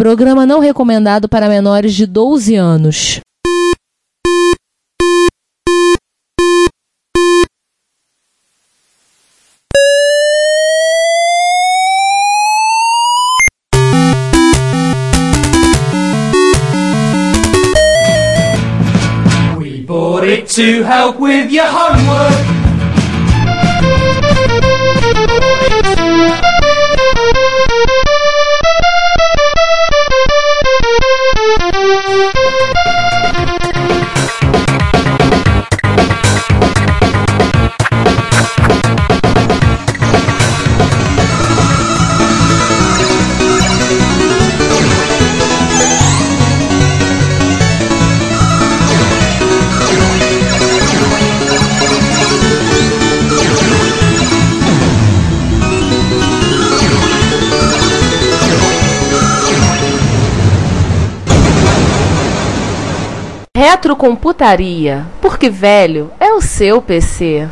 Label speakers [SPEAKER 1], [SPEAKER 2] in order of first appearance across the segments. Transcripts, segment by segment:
[SPEAKER 1] Programa não recomendado para menores de 12 anos.
[SPEAKER 2] We bought it to help with your homework.
[SPEAKER 3] Retrocomputaria, porque velho é o seu PC.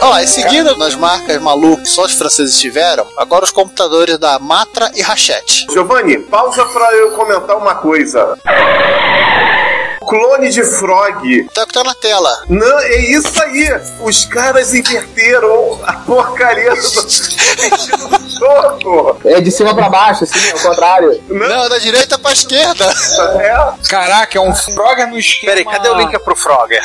[SPEAKER 4] Ó, e seguindo nas marcas malucas que só os franceses tiveram, agora os computadores da Matra e Rachete.
[SPEAKER 5] Giovanni, pausa pra eu comentar uma coisa. Clone de Frog.
[SPEAKER 4] Tá o que tá na tela.
[SPEAKER 5] Não, é isso aí. Os caras inverteram a porcaria do do jogo.
[SPEAKER 6] É de cima pra baixo, assim, ao contrário.
[SPEAKER 4] Não, é da direita pra esquerda.
[SPEAKER 5] É?
[SPEAKER 7] Caraca, é um Frogger no esquema.
[SPEAKER 8] Peraí, cadê o link pro Frogger?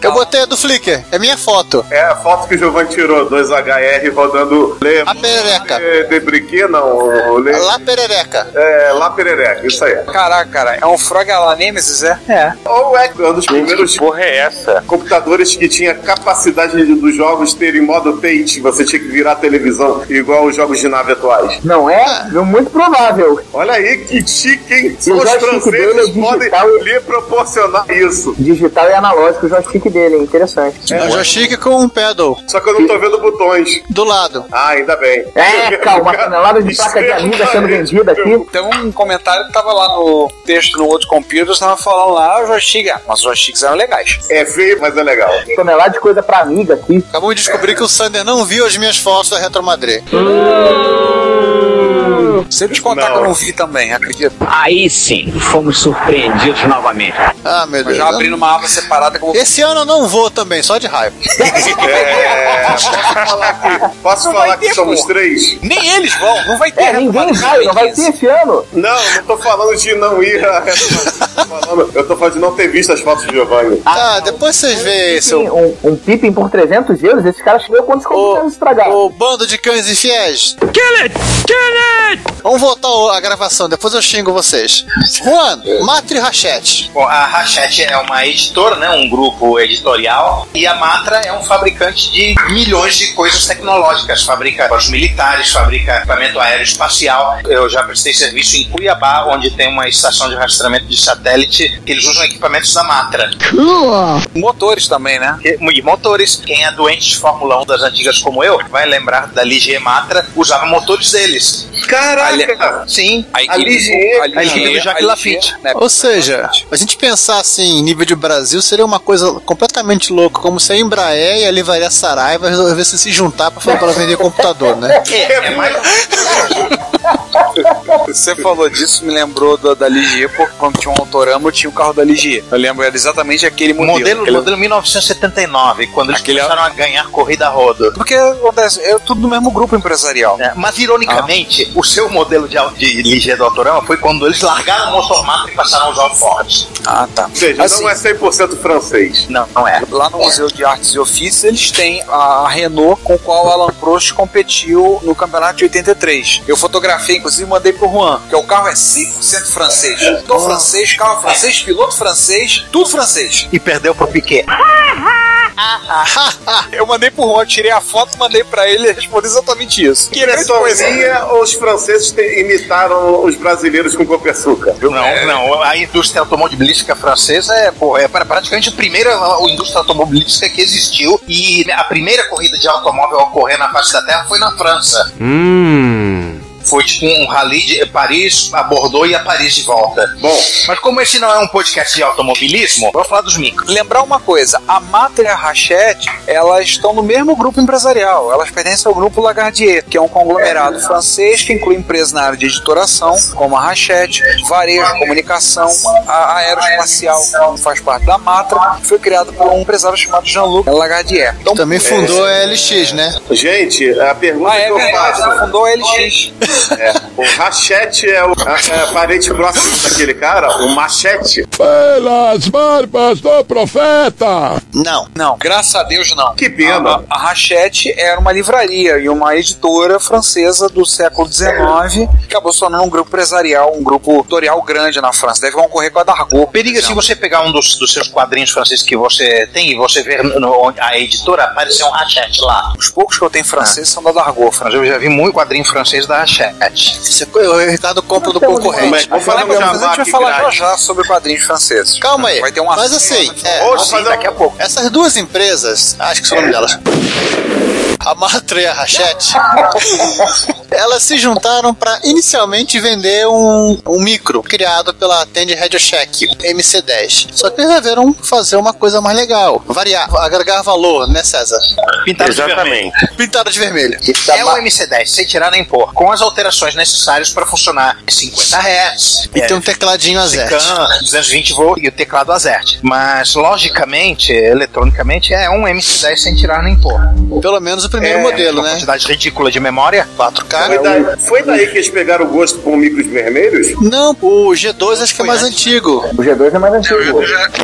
[SPEAKER 4] Eu botei a do Flickr, é minha foto.
[SPEAKER 5] É a foto que o Giovanni tirou, 2HR rodando Le
[SPEAKER 8] Ah,
[SPEAKER 4] A
[SPEAKER 8] tá.
[SPEAKER 4] perereca.
[SPEAKER 5] Le- de Briquet, não. o Le,
[SPEAKER 4] Lá perereca.
[SPEAKER 5] é, La Perereca, isso aí.
[SPEAKER 7] Caraca, cara, é um Frogger lá Nemesis, é?
[SPEAKER 5] Ou é um dos primeiros
[SPEAKER 8] Porra, é essa?
[SPEAKER 5] computadores que tinha capacidade de- dos jogos terem modo tape, você tinha que virar a televisão, igual os jogos de nave atuais.
[SPEAKER 6] Não
[SPEAKER 7] Ah.
[SPEAKER 6] é? Muito provável.
[SPEAKER 5] Olha aí que chique, hein? Só
[SPEAKER 6] E o
[SPEAKER 5] os
[SPEAKER 6] joystick dele é
[SPEAKER 5] franceses
[SPEAKER 6] digital.
[SPEAKER 5] podem lhe proporcionar isso.
[SPEAKER 6] Digital e analógico, o joystick dele, hein? interessante.
[SPEAKER 4] É um joystick com um pedal
[SPEAKER 5] Só que eu não tô vendo botões.
[SPEAKER 4] do lado.
[SPEAKER 5] Ah, ainda bem.
[SPEAKER 6] É, calma, canelada de placa de amiga sendo vendida aqui.
[SPEAKER 7] Tem um comentário que tava lá no texto no outro computer, tava falando lá, ah, o joystick, ah, mas os joysticks eram legais.
[SPEAKER 5] É feio, mas é legal.
[SPEAKER 6] Tonelada de coisa pra amiga aqui.
[SPEAKER 4] Acabamos de descobrir que o Sander não viu as minhas fotos da Retro Madrid.
[SPEAKER 7] Se eu te contar
[SPEAKER 5] Não.
[SPEAKER 7] que eu não vi também, acredito.
[SPEAKER 9] Aí sim, fomos surpreendidos novamente.
[SPEAKER 4] Ah, meu
[SPEAKER 7] Eu
[SPEAKER 4] Deus.
[SPEAKER 7] já abri numa Tá aba separada como.
[SPEAKER 4] Esse ano eu não vou também, só de raiva.
[SPEAKER 5] É, posso falar que, posso
[SPEAKER 7] Não
[SPEAKER 5] falar
[SPEAKER 7] vai
[SPEAKER 5] que
[SPEAKER 7] ter,
[SPEAKER 5] somos
[SPEAKER 7] pô.
[SPEAKER 5] três?
[SPEAKER 7] Nem eles vão, não vai ter.
[SPEAKER 6] É, ninguém vai, não vai ter esse ano.
[SPEAKER 5] Não, não tô falando de não ir a... tô falando- Eu tô falando de não ter visto as fotos do Giovanni.
[SPEAKER 4] Tá, depois vocês veem esse.
[SPEAKER 6] Sim, um, um Pippin por 300 euros, esses caras chegam quantos computadores
[SPEAKER 7] Tá.
[SPEAKER 6] estragados.
[SPEAKER 4] O bando de cães e fiéis. Kill it! Kill it! Vamos voltar o- a gravação, depois eu xingo vocês. Juan, Matri Rachete.
[SPEAKER 8] Bom, a Rachete é uma editora, né? Um grupo editorial. E a Matra é um fabricante de milhões de coisas tecnológicas. Fabrica para os militares, fabrica equipamento aeroespacial. Eu já prestei serviço em Cuiabá, onde tem uma estação de rastreamento de satélite. que Eles usam equipamentos da Matra.
[SPEAKER 7] Motores também, né?
[SPEAKER 8] E e motores. Quem é doente de Fórmula 1 das antigas como eu, vai lembrar da Ligier Matra, usava motores deles.
[SPEAKER 5] Caraca!
[SPEAKER 8] Sim.
[SPEAKER 5] A Ligier,
[SPEAKER 8] a Ligier,
[SPEAKER 7] já
[SPEAKER 8] a Ligier.
[SPEAKER 7] Né?
[SPEAKER 4] Ou seja, a gente pensar assim em nível de Brasil seria uma coisa completamente louca, como se a Embraer e a Livraria Saraiva resolvessem se juntar pra, pra vender computador, né?
[SPEAKER 8] É, é mais
[SPEAKER 7] Você falou disso, me lembrou da, da Ligier, porque quando tinha um autorama, eu tinha o carro da Ligier. Eu lembro, era exatamente aquele modelo.
[SPEAKER 8] Modelo,
[SPEAKER 7] aquele-
[SPEAKER 8] modelo 1979, quando eles
[SPEAKER 7] Aquele-
[SPEAKER 8] começaram a ganhar corrida a rodo.
[SPEAKER 7] Porque acontece, é tudo do mesmo grupo empresarial.
[SPEAKER 9] né?
[SPEAKER 8] É, Mas, ironicamente,
[SPEAKER 7] Ah.
[SPEAKER 8] o seu modelo de, au- de ligeiro do Autorama foi quando eles largaram o motormata e passaram a usar o Ford.
[SPEAKER 7] Ah, tá.
[SPEAKER 5] Ou seja,
[SPEAKER 7] Assim,
[SPEAKER 5] não é 100% francês.
[SPEAKER 8] Não, não é.
[SPEAKER 7] Lá no Museu de Artes e Ofícios, eles têm a Renault com o qual o Alan Prost competiu no campeonato de 83. Eu fotografei, inclusive, e mandei pro Juan, que o carro é 100% francês. Motor francês, carro francês, piloto francês, tudo francês.
[SPEAKER 8] E perdeu pro Piquet.
[SPEAKER 7] Eu mandei pro Juan, tirei a foto, mandei pra ele e respondeu exatamente isso.
[SPEAKER 5] Que é era sozinha ou os franceses te- imitaram os brasileiros com copersuca?
[SPEAKER 8] Não, não. A indústria automobilística francesa é, pô, é pra- praticamente a primeira ó, indústria automobilística que existiu. E a primeira corrida de automóvel a ocorrer na face da Terra foi na França. Foi tipo um rally de Paris, abordou e a Paris de volta. Bom, mas como esse não é um podcast de automobilismo, vamos falar dos micros.
[SPEAKER 7] Lembrar uma coisa, a Matra e a Rachete, elas estão no mesmo grupo empresarial. Elas pertencem ao grupo Lagardier, que é um conglomerado francês que inclui empresas na área de editoração, como a Rachete, varejo, comunicação, a aeroespacial, que faz parte da Matra, que foi criado por um empresário chamado Jean-Luc Lagardier. Então,
[SPEAKER 4] Também fundou a LX, né?
[SPEAKER 5] Gente, a pergunta
[SPEAKER 7] ah, é
[SPEAKER 5] que eu
[SPEAKER 7] verdade, ela
[SPEAKER 5] faço.
[SPEAKER 7] fundou a LX.
[SPEAKER 5] É, o Rachete é o é, é parente próximo daquele cara, o Machete.
[SPEAKER 10] Pelas barbas do profeta!
[SPEAKER 4] Não.
[SPEAKER 7] Não, graças a Deus não.
[SPEAKER 5] Que pena.
[SPEAKER 7] A, a Rachete era uma livraria e uma editora francesa do século XIX, que acabou se tornando um grupo empresarial, um grupo editorial grande na França. Deve concorrer com a Dargaud.
[SPEAKER 8] Periga, se você pegar um dos, dos seus quadrinhos franceses que você tem e você ver no- onde a editora, apareceu um rachete lá.
[SPEAKER 7] Os poucos que eu tenho francês são da Dargaud. Fran.
[SPEAKER 8] Eu já vi muito quadrinho francês da rachete.
[SPEAKER 4] Isso é co- o Ricardo compra do
[SPEAKER 7] ah.
[SPEAKER 4] concorrente.
[SPEAKER 5] Vamos
[SPEAKER 7] Mas
[SPEAKER 5] falar com o
[SPEAKER 7] a gente
[SPEAKER 5] Jabá
[SPEAKER 7] vai
[SPEAKER 5] aqui,
[SPEAKER 7] falar já
[SPEAKER 5] Grazi.
[SPEAKER 7] já sobre quadrinhos franceses.
[SPEAKER 4] Calma aí.
[SPEAKER 7] Vai ter um né? uma
[SPEAKER 4] Mas assim, é,
[SPEAKER 5] Ou
[SPEAKER 8] Vamos
[SPEAKER 5] sim,
[SPEAKER 8] fazer
[SPEAKER 5] daqui a pouco.
[SPEAKER 4] essas duas empresas, ah, acho que são o nome delas. A Matra e a Rachete, elas se juntaram para inicialmente vender um, um micro criado pela Tende Radio Shack, MC10. Só que resolveram fazer uma coisa mais legal, variar, agregar valor, né, César?
[SPEAKER 8] Pintado de vermelho.
[SPEAKER 4] Pintado de vermelho.
[SPEAKER 8] É o MC10, sem tirar nem pôr, com as alterações necessárias para funcionar em 50 Hz.
[SPEAKER 4] E tem um tecladinho azerte.
[SPEAKER 8] Can, 220 volts e o teclado azerte. Mas, logicamente, eletronicamente, é um MC10 sem tirar nem pôr.
[SPEAKER 4] Pelo menos o primeiro
[SPEAKER 8] É,
[SPEAKER 4] modelo,
[SPEAKER 8] uma
[SPEAKER 4] né?
[SPEAKER 8] quantidade ridícula de memória.
[SPEAKER 4] 4K.
[SPEAKER 5] Foi
[SPEAKER 7] tá?
[SPEAKER 5] daí, foi daí que eles pegaram o gosto com micros vermelhos?
[SPEAKER 4] Não, o G2 acho que é mais antigo.
[SPEAKER 6] O G2 é mais antigo.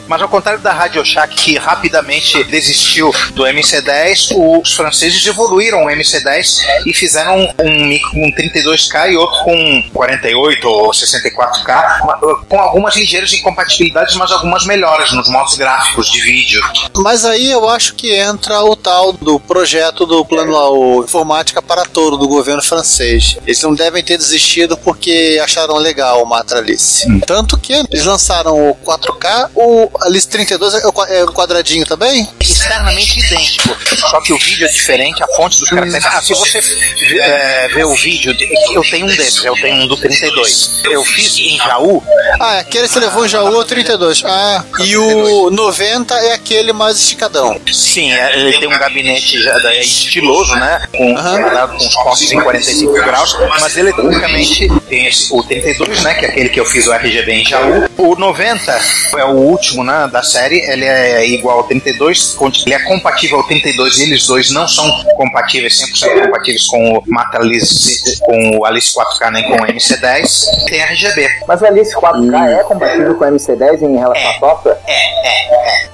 [SPEAKER 8] Mas, ao contrário da Radio Shack, que rapidamente desistiu do MC10, os franceses evoluíram o MC10 e fizeram um- um micro com 32K e outro com 48 ou 64K, com algumas ligeiras incompatibilidades, mas algumas melhoras nos modos gráficos de vídeo.
[SPEAKER 4] Mas aí eu acho que entra o tal do projeto do plano lá, o Informática para Touro do governo francês. Eles não devem ter desistido porque acharam legal o Matralice. Tanto que eles lançaram o 4K, o Alice 32 é o qua- é o quadradinho também?
[SPEAKER 8] externamente idêntico, só que o vídeo é diferente, a fonte dos caracteres. Ah, se você vê, é, vê o vídeo, de- eu tenho um desses, eu tenho um do 32. Eu fiz em Jaú,
[SPEAKER 4] Ah, é aquele que você levou em Jaú é o 32. Ah, e o 90 é aquele mais esticadão.
[SPEAKER 8] sim, é, ele tem um gabinete já da- estiloso, né? Com,
[SPEAKER 4] Aham.
[SPEAKER 8] guardado com os postes em 45 graus, mas eletronicamente tem esse- o 32, né? Que é aquele que eu fiz o RGB em Jaú. O 90 é o último, né? Da série, ele é igual ao 32, conti- ele é compatível ao 32 e eles dois não são compatíveis, 100% compatíveis com o Mata Alice, com o Alice 4K nem com o MC10. Tem RGB.
[SPEAKER 6] Mas o Alice 4K é compatível com o MC10 em relação
[SPEAKER 7] É.
[SPEAKER 6] à software?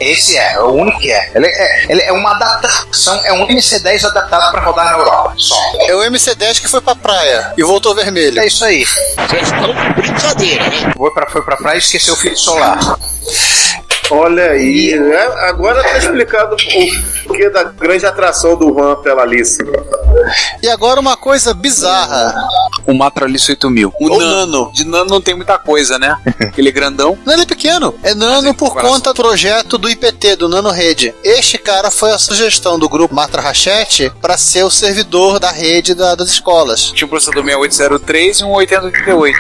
[SPEAKER 8] Esse é, é o único que é. Ele é, ele é uma adaptação, é um MC10 adaptado para rodar na Europa. Só.
[SPEAKER 4] É o MC10 que foi pra praia e voltou vermelho.
[SPEAKER 8] É isso aí.
[SPEAKER 10] Vocês estão de brincadeira, né?
[SPEAKER 8] Foi pra, foi pra praia e esqueceu o filho solar.
[SPEAKER 5] Olha aí, né? agora tá explicado o porquê da grande atração do Juan pela Alice.
[SPEAKER 4] E agora uma coisa bizarra.
[SPEAKER 7] O Matralice 8000. O
[SPEAKER 4] Ou
[SPEAKER 7] Nano. De Nano não tem muita coisa, né? Ele é grandão.
[SPEAKER 4] Não, ele é pequeno. É nano por
[SPEAKER 7] coração.
[SPEAKER 4] conta do projeto do IPT, do Nano Rede. Este cara foi a sugestão do grupo Matra Rachete para ser o servidor da rede da- das escolas.
[SPEAKER 7] Tinha um processador 6803 e um 8088.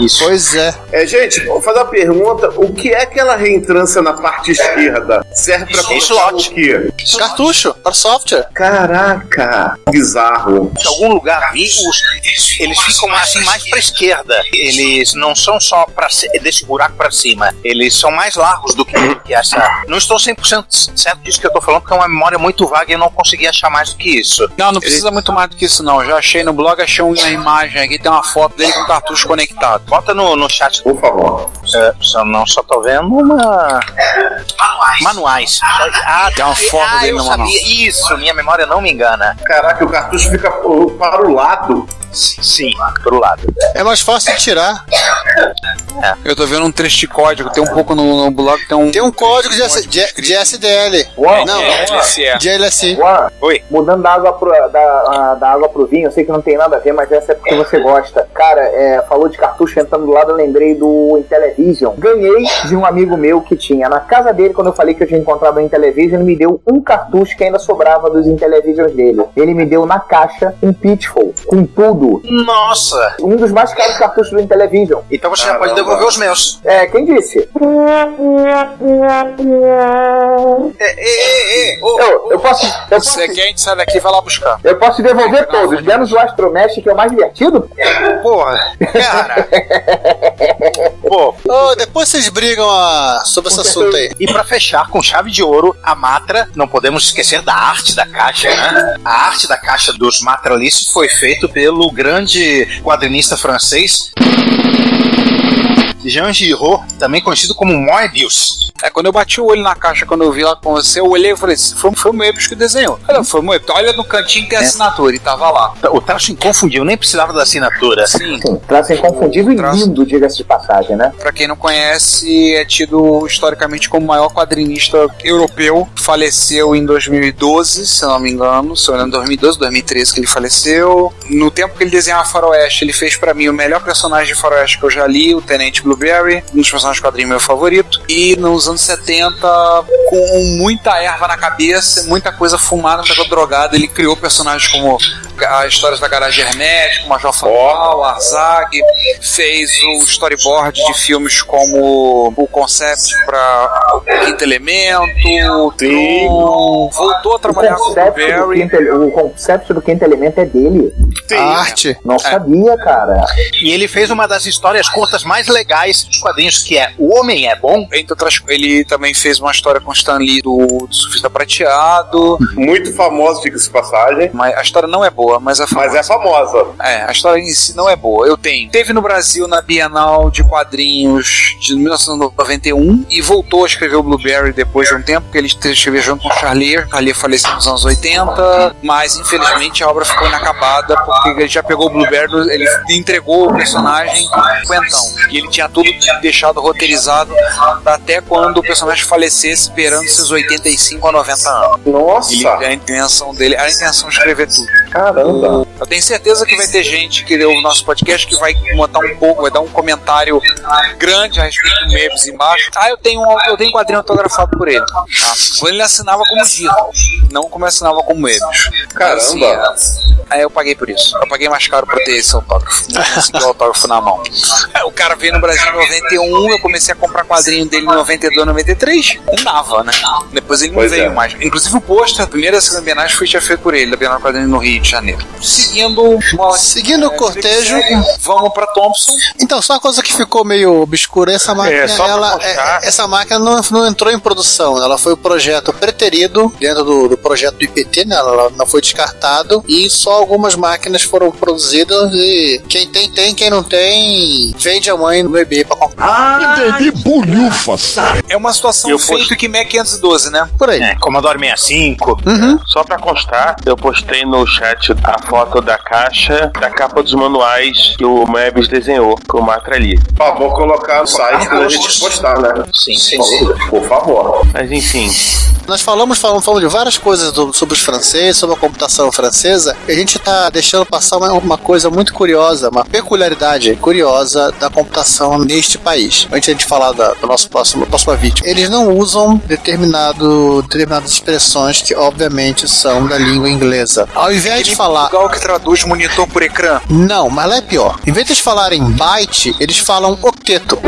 [SPEAKER 4] Isso. Pois é.
[SPEAKER 5] É, gente, vou fazer uma pergunta: o que é aquela reentrância na parte esquerda? Serve pra colocar o quê?
[SPEAKER 4] Cartucho para software.
[SPEAKER 5] Caraca, bizarro.
[SPEAKER 8] de algum lugar vi os- eles ficam assim mais para esquerda. Eles não são só para desse buraco para cima. Eles são mais largos do que, que essa. Não estou 100% certo disso que eu estou falando, porque é uma memória muito vaga e eu não consegui achar mais do que isso.
[SPEAKER 7] Não, não precisa muito mais do que isso, não. Já achei no blog, achei uma imagem aqui, tem uma foto dele com o cartucho conectado.
[SPEAKER 8] Bota no, no chat.
[SPEAKER 5] Por favor.
[SPEAKER 8] É, só- não só tô vendo uma. Manuais. Ah,
[SPEAKER 7] Tem uma foto
[SPEAKER 8] ah,
[SPEAKER 7] dele
[SPEAKER 8] eu
[SPEAKER 7] no manual.
[SPEAKER 8] sabia. Isso, minha memória não me engana.
[SPEAKER 5] Caraca, o cartucho fica pro- para o lado.
[SPEAKER 8] Sim, pro lado.
[SPEAKER 4] É mais fácil de tirar.
[SPEAKER 7] Eu tô vendo um trecho de código, tem um pouco no, no blog, tem um.
[SPEAKER 4] Tem um código de, S- de, de SDL.
[SPEAKER 6] Uau.
[SPEAKER 4] Não,
[SPEAKER 7] é.
[SPEAKER 4] de LSI.
[SPEAKER 6] Juan,
[SPEAKER 7] Oi.
[SPEAKER 6] mudando da água, pro, da, a- da água pro vinho, eu sei que não tem nada a ver, mas essa é porque você gosta. Cara, é, falou de cartucho entrando do lado, eu lembrei do Intellivision. Ganhei de um amigo meu que tinha na casa dele, quando eu falei que eu tinha encontrado o Intellivision, ele me deu um cartucho que ainda sobrava dos Intellivisions dele. Ele me deu na caixa um Pitfall, com tudo, mundo.
[SPEAKER 8] Nossa!
[SPEAKER 6] Um dos mais caros cartuchos do Intellivision.
[SPEAKER 8] Então você já pode devolver os meus.
[SPEAKER 6] É, quem disse?
[SPEAKER 7] Ei, ei, ei, ô,
[SPEAKER 6] Eu, eu posso. Eu posso,
[SPEAKER 7] Você quer, a gente sai daqui e vai lá buscar.
[SPEAKER 6] eu posso devolver todos, menos o Astromesh, que é o mais divertido.
[SPEAKER 8] Porra, cara. Pô,
[SPEAKER 4] Ô, depois vocês brigam ah, sobre esse assunto aí.
[SPEAKER 8] e pra fechar com chave de ouro, a Matra, não podemos esquecer da arte da caixa, né? A arte da caixa dos Matralices foi feita pelo grande quadrinista francês Jean Giraud, também conhecido como Moebius.
[SPEAKER 7] É, quando eu bati o olho na caixa, quando eu vi lá com você, eu olhei e falei, "Esse foi, foi o Moebius que desenhou. Olha, foi o Moebius. Olha no cantinho que é a assinatura, e tava lá.
[SPEAKER 8] O traço inconfundível, nem precisava da assinatura.
[SPEAKER 7] Sim,
[SPEAKER 6] Sim, traço inconfundível
[SPEAKER 7] Traço.
[SPEAKER 6] e lindo, diga-se de passagem, né?
[SPEAKER 7] Pra quem não conhece, é tido historicamente como o maior quadrinista europeu. Faleceu em 2012, se eu não me engano. Se eu não me engano, 2012, 2013 que ele faleceu. No tempo que ele desenhava Faroeste, ele fez pra mim o melhor personagem de Faroeste que eu já li, o Tenente Blueberry, um dos personagens de quadrinho meu favorito. E nos anos 70, com muita erva na cabeça, muita coisa fumada, muita coisa drogada, ele criou personagens como as histórias da Garagem Hermética, o Major Fatal, o Arzag, fez o storyboard de filmes como o Concept para Quinto Elemento, o Tron, voltou a
[SPEAKER 6] O
[SPEAKER 7] trabalhar com o
[SPEAKER 6] conceito, do
[SPEAKER 7] Barry. é
[SPEAKER 6] quinto, ele- o conceito do quinto elemento é dele.
[SPEAKER 4] A
[SPEAKER 7] Ah.
[SPEAKER 4] arte.
[SPEAKER 7] É.
[SPEAKER 6] Não sabia, cara.
[SPEAKER 8] E ele fez uma das histórias curtas mais legais dos quadrinhos, que é O Homem é Bom.
[SPEAKER 7] Entre outras co- ele também fez uma história com o Stan Lee do, do Surfista Prateado.
[SPEAKER 5] Muito famoso, diga-se de passagem,
[SPEAKER 7] Mas a história não é boa, mas a
[SPEAKER 5] mas é famosa.
[SPEAKER 7] É, a história em si não é boa. Eu tenho. Teve no Brasil na Bienal de Quadrinhos de 1991 e voltou a escrever o Blueberry depois de um tempo, porque ele escreveu junto com o Charlier. Charlier faleceu nos anos 80, mas infelizmente a obra ficou inacabada porque ele já pegou o Blueberry, do- ele entregou o personagem quentão. E ele tinha tudo deixado roteirizado até quando o personagem falecesse, esperando seus 85 a 90 anos. Ele,
[SPEAKER 5] Nossa!
[SPEAKER 7] a intenção dele era a intenção de escrever tudo.
[SPEAKER 5] Caramba!
[SPEAKER 7] Eu tenho certeza que vai ter gente que leu o nosso podcast que vai montar um pouco, vai dar um comentário grande a respeito do Mebs embaixo. Ah, eu tenho um, eu tenho um quadrinho autografado por ele. Tá? Quando ele assinava como Giro, não como assinava como Mebs.
[SPEAKER 5] Caramba!
[SPEAKER 7] Aí eu paguei por isso. Eu paguei mais caro pra ter esse autógrafo. Não consegui o autógrafo na mão. Aí O cara veio no Brasil em 91, eu comecei a comprar quadrinho dele em 92, 93. Não dava, né? Depois ele não
[SPEAKER 5] Pois
[SPEAKER 7] veio
[SPEAKER 5] é.
[SPEAKER 7] mais. Inclusive o pôster, a primeira das Bienais foi já feito por ele, da Bienal do Quadrinho no Rio de Janeiro. Seguindo uma
[SPEAKER 4] Seguindo o cortejo.
[SPEAKER 7] Vamos pra Thompson.
[SPEAKER 4] Então, só uma coisa que ficou meio obscura, essa máquina,
[SPEAKER 11] É, só pra
[SPEAKER 4] ela,
[SPEAKER 11] mostrar.
[SPEAKER 4] é- essa máquina não, não entrou em produção, né? ela foi o projeto preterido dentro do, do projeto do IPT, né? ela não foi descartado e só algumas máquinas foram produzidas e quem tem, tem, quem não tem, vende a mãe no eBay pra comprar
[SPEAKER 10] Entendi bolhufas.
[SPEAKER 7] É uma situação
[SPEAKER 11] Eu
[SPEAKER 7] feito que Mac 512, né?
[SPEAKER 4] por aí.
[SPEAKER 8] É, Commodore 65.
[SPEAKER 4] Uhum.
[SPEAKER 11] Só pra constar, eu postei no chat a foto da caixa, da capa dos manuais que o Mebs desenhou com o Matra ali.
[SPEAKER 5] Ó, vou colocar no site quando a gente postar, né?
[SPEAKER 8] Sim, sim,
[SPEAKER 5] Por
[SPEAKER 8] sim.
[SPEAKER 5] favor, Por favor.
[SPEAKER 11] Mas enfim,
[SPEAKER 4] Nós falamos, falamos, falamos de várias coisas do- sobre os franceses, sobre a computação francesa, e a gente está deixando passar uma, uma coisa muito curiosa, uma peculiaridade curiosa da computação neste país. Antes de falar da, do nosso próximo próxima vítima, eles não usam determinado, determinadas expressões que, obviamente, são da língua inglesa. Ao invés de falar
[SPEAKER 7] Portugal que traduz monitor por ecrã.
[SPEAKER 4] não, mas lá é pior. Em vez de eles falarem byte, eles falam octeto.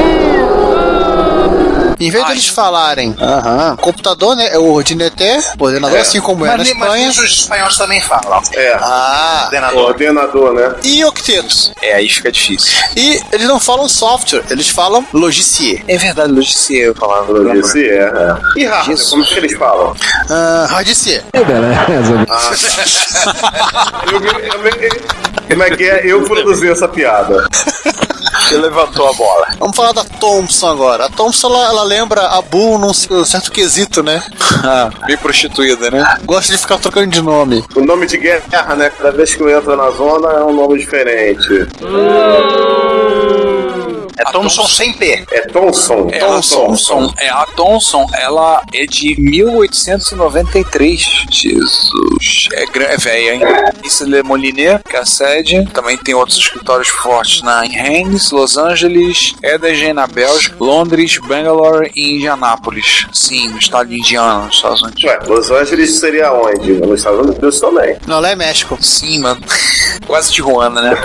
[SPEAKER 4] Em vez de eles falarem aham, computador, né? É o ordinete, ordenador, assim como é na
[SPEAKER 8] Mas, nem- mas nem
[SPEAKER 4] Espanha.
[SPEAKER 8] os espanhóis também falam.
[SPEAKER 5] É,
[SPEAKER 4] Ah,
[SPEAKER 8] Ordenador.
[SPEAKER 5] coordenador, né?
[SPEAKER 4] e octetos.
[SPEAKER 7] É, aí fica difícil.
[SPEAKER 4] E eles não falam software, eles falam logicier.
[SPEAKER 7] É verdade, Lucier, eu falava.
[SPEAKER 5] Esse é. é. E rápido, como é que eles falam?
[SPEAKER 4] Ah, hardicier.
[SPEAKER 5] Eu, me- eu, me- como é que é? Eu produzi essa piada.
[SPEAKER 7] Você levantou a bola.
[SPEAKER 4] Vamos falar da Thompson agora. A Thompson, ela, ela lembra a Bull num certo quesito, né?
[SPEAKER 7] Bem prostituída, né?
[SPEAKER 4] Gosta de ficar trocando de nome.
[SPEAKER 5] O nome de guerra, né? um Cada vez que eu entro na zona é um nome diferente.
[SPEAKER 8] É Thomson sem P.
[SPEAKER 5] É Thomson.
[SPEAKER 7] É
[SPEAKER 5] um
[SPEAKER 7] Thomson. Thomson. É, a Thomson, ela é de 1893. Jesus. É, gran- é velha, hein? Isso Le Moliner, que é a sede. Também tem outros escritórios fortes na em Rennes, Los Angeles, Edegen na Bélgica, Londres, Bangalore e Indianápolis. Sim, no estado de Indiana, nos Estados Unidos.
[SPEAKER 5] Ué, Los Angeles seria onde? Nos Estados Unidos também.
[SPEAKER 4] Não, lá é México.
[SPEAKER 7] Sim, mano. Quase Tijuana, né?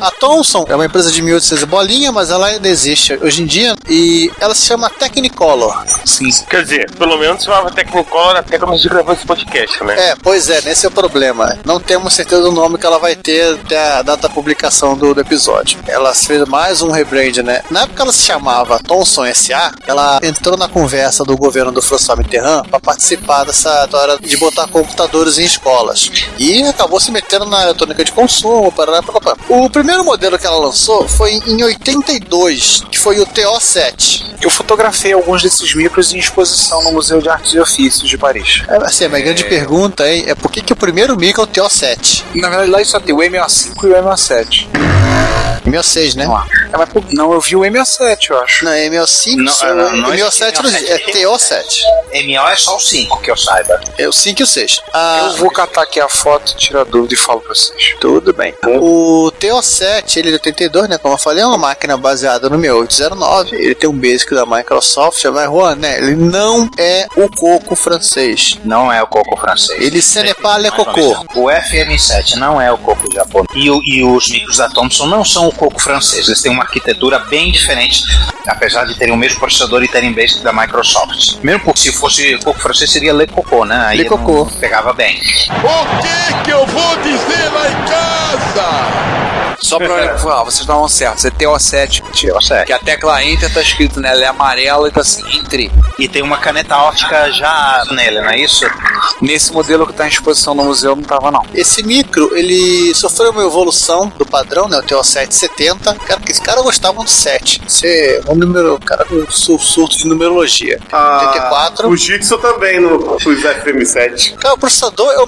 [SPEAKER 4] A Thomson é uma empresa de 1800 bolinha, mas ela ainda existe hoje em dia e ela se chama Technicolor.
[SPEAKER 7] Sim.
[SPEAKER 11] Quer dizer, pelo menos chamava Technicolor até quando a gente gravou esse podcast, né?
[SPEAKER 4] É, pois é, esse é o problema. Não temos certeza do nome que ela vai ter até a data da publicação do, do episódio. Ela fez mais um rebrand, né? Na época ela se chamava Thomson SA, ela entrou na conversa do governo do François Mitterrand para participar dessa história de botar computadores em escolas. E acabou se metendo na eletrônica de consumo, parará, parará. O primeiro modelo que ela lançou foi em 82, que foi o TO7.
[SPEAKER 7] Eu fotografei alguns desses micros em exposição no Museu de Artes e Ofícios de Paris.
[SPEAKER 4] É, Assim, a minha grande pergunta hein, é por que, que o primeiro micro é o TO7?
[SPEAKER 7] Na verdade, lá só tem o M65 e o M67.
[SPEAKER 4] M6, né?
[SPEAKER 7] É, mas, pô, não, eu vi o M67, eu acho.
[SPEAKER 4] Não, é MO5,
[SPEAKER 8] Não,
[SPEAKER 4] só-
[SPEAKER 8] não, não é
[SPEAKER 4] MO7 não existe, é TO7.
[SPEAKER 8] MO é só o 5, que eu saiba.
[SPEAKER 4] É o 5 e o Ah, 6.
[SPEAKER 7] Eu vou catar Tá aqui a foto, tirar dúvida e falo pra vocês.
[SPEAKER 4] tudo bem. O TO7, ele é de 82, né? Como eu falei, é uma máquina baseada no 6809. Ele tem um basic da Microsoft, mas Juan, né? Ele não é o coco francês.
[SPEAKER 8] Não é o coco francês.
[SPEAKER 4] Ele se n'est
[SPEAKER 8] é
[SPEAKER 4] pas le coco.
[SPEAKER 8] O FM7 não é o coco japonês. E, o- e os micros da Thomson não são o coco francês. Eles têm uma arquitetura bem diferente, apesar de terem o mesmo processador e terem base da Microsoft. Mesmo porque se fosse coco francês seria Le Coco, né? Aí
[SPEAKER 4] Le
[SPEAKER 8] não
[SPEAKER 4] Coco.
[SPEAKER 8] Pegava bem.
[SPEAKER 10] O que que eu vou dizer lá em casa?
[SPEAKER 7] Só pra olhar, ah, vocês estavam certos, é TO7.
[SPEAKER 8] TO7.
[SPEAKER 7] Que a tecla Enter tá escrito nela, é amarela e tá assim, entre.
[SPEAKER 8] E tem uma caneta óptica já nele, não é isso?
[SPEAKER 7] Nesse modelo que tá em exposição no museu não tava, não.
[SPEAKER 4] Esse micro, ele sofreu uma evolução do padrão, né? O TO770. Cara, que esse cara gostava do 7. Isso é um número, cara, um sur- surto de numerologia.
[SPEAKER 7] Ah,
[SPEAKER 4] 84.
[SPEAKER 5] Ah, O Gixon também no, nos FM7.
[SPEAKER 4] Cara, o processador é o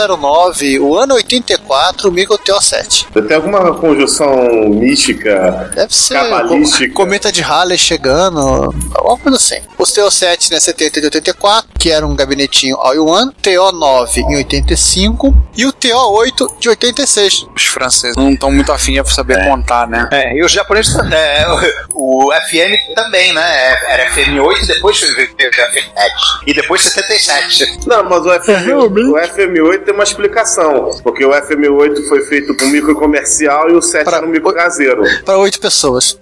[SPEAKER 4] 6809, o ano 84, o micro TO7.
[SPEAKER 5] Tem alguma conjunção mística?
[SPEAKER 4] Deve ser
[SPEAKER 5] Cabalística.
[SPEAKER 4] com- cometa de Halley chegando, alguma coisa assim. Os TO7, né, 70 e 84, que era um gabinetinho all-in-one, TO9 em 85 e o TO8 de 86.
[SPEAKER 7] Os franceses não estão muito afim de saber contar, né?
[SPEAKER 8] É, e os japoneses também. É, o, o FM também, né? É, Era FM8, depois veio o FM7. E depois 77.
[SPEAKER 5] Não, mas o FM8, o FM8 tem uma explicação. Porque o FM8 foi feito com micro comercial e o 7
[SPEAKER 4] Pra-
[SPEAKER 5] era um micro caseiro.
[SPEAKER 4] Para 8 pessoas.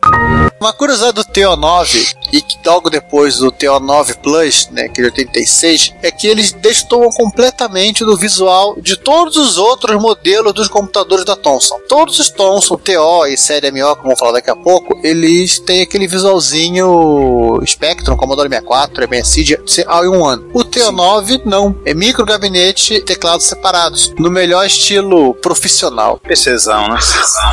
[SPEAKER 4] Uma curiosidade do TO9 e que logo depois do TO9 Plus, né, que é de 86, é que eles destoam completamente do visual de todos os outros modelos dos computadores da Thomson. Todos os Thomson, TO e série MO, como eu vou falar daqui a pouco, eles têm aquele visualzinho Spectrum, Commodore 64, MSI, all in one. um O TO9 não, é micro gabinete, teclados separados, no melhor estilo profissional.
[SPEAKER 8] PCzão, né?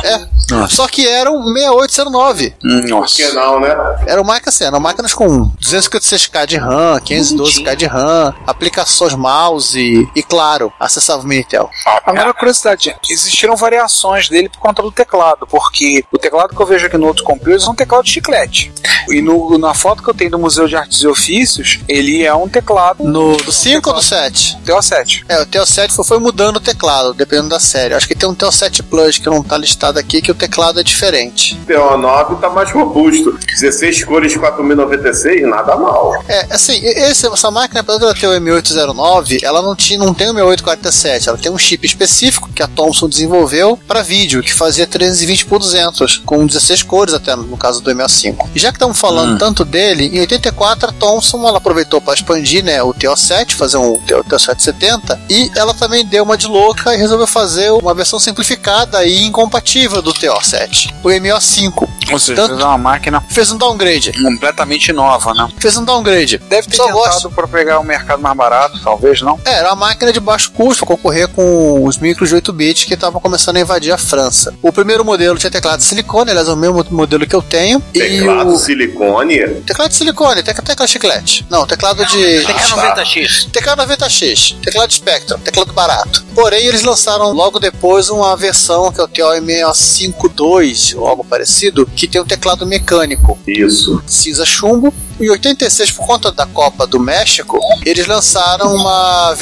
[SPEAKER 4] É, só que um eram 6809.
[SPEAKER 5] Por que não, né?
[SPEAKER 4] Eram marcas assim, eram máquinas com 256k de RAM, 512k de RAM, aplicações mouse e, e, claro, acessava o Minitel.
[SPEAKER 7] Agora, curiosidade, existiram variações dele por conta do teclado, porque o teclado que eu vejo aqui no outro computer é um teclado de chiclete. E no- na foto que eu tenho do Museu de Artes e Ofícios, ele é um teclado
[SPEAKER 4] No, do 5 ou do 7?
[SPEAKER 7] TO7.
[SPEAKER 4] É, o Tel 7 foi, foi mudando o teclado, dependendo da série. Acho que tem um Tel 7 Plus que não tá listado aqui, que o teclado é diferente.
[SPEAKER 5] O TO9 tá mais robusto. 16 cores 4096, nada mal.
[SPEAKER 4] É, assim, e- esse- essa máquina, apesar dela ter o M809, ela não, tinha, não tem o M847, ela tem um chip específico que a Thomson desenvolveu para vídeo, que fazia 320 por 200, com 16 cores até, no caso do M5. E já que estamos falando tanto dele, em 84 a Thomson ela aproveitou para expandir né, o TO7, fazer um TO- TO770, e ela também deu uma de louca e resolveu fazer uma versão simplificada e incompatível do TO7, o MO5.
[SPEAKER 7] Ou seja,
[SPEAKER 4] Tanto-
[SPEAKER 7] fez uma máquina
[SPEAKER 4] Fez um downgrade,
[SPEAKER 7] completamente nova, né?
[SPEAKER 4] fez um downgrade.
[SPEAKER 7] Deve ter
[SPEAKER 4] Só
[SPEAKER 7] tentado
[SPEAKER 4] gosto.
[SPEAKER 7] pra pegar um mercado mais barato, talvez, não?
[SPEAKER 4] É, era uma máquina de baixo custo para concorrer com os micros de 8 bits que estavam começando a invadir a França. O primeiro modelo tinha teclado de silicone, aliás, é o mesmo modelo que eu tenho.
[SPEAKER 5] Teclado,
[SPEAKER 4] E o...
[SPEAKER 5] silicone.
[SPEAKER 4] Teclado de silicone, tecla, tecla chiclete. Não, teclado de.
[SPEAKER 8] é
[SPEAKER 5] tá.
[SPEAKER 8] x
[SPEAKER 4] Teclado 90X, teclado Spectrum, teclado barato. Porém, eles lançaram logo depois uma versão que é o TO652, ou algo parecido, que tem um teclado mecânico.
[SPEAKER 5] Isso.
[SPEAKER 4] Cinza chumbo. Em 86, por conta da Copa do México, eles lançaram uma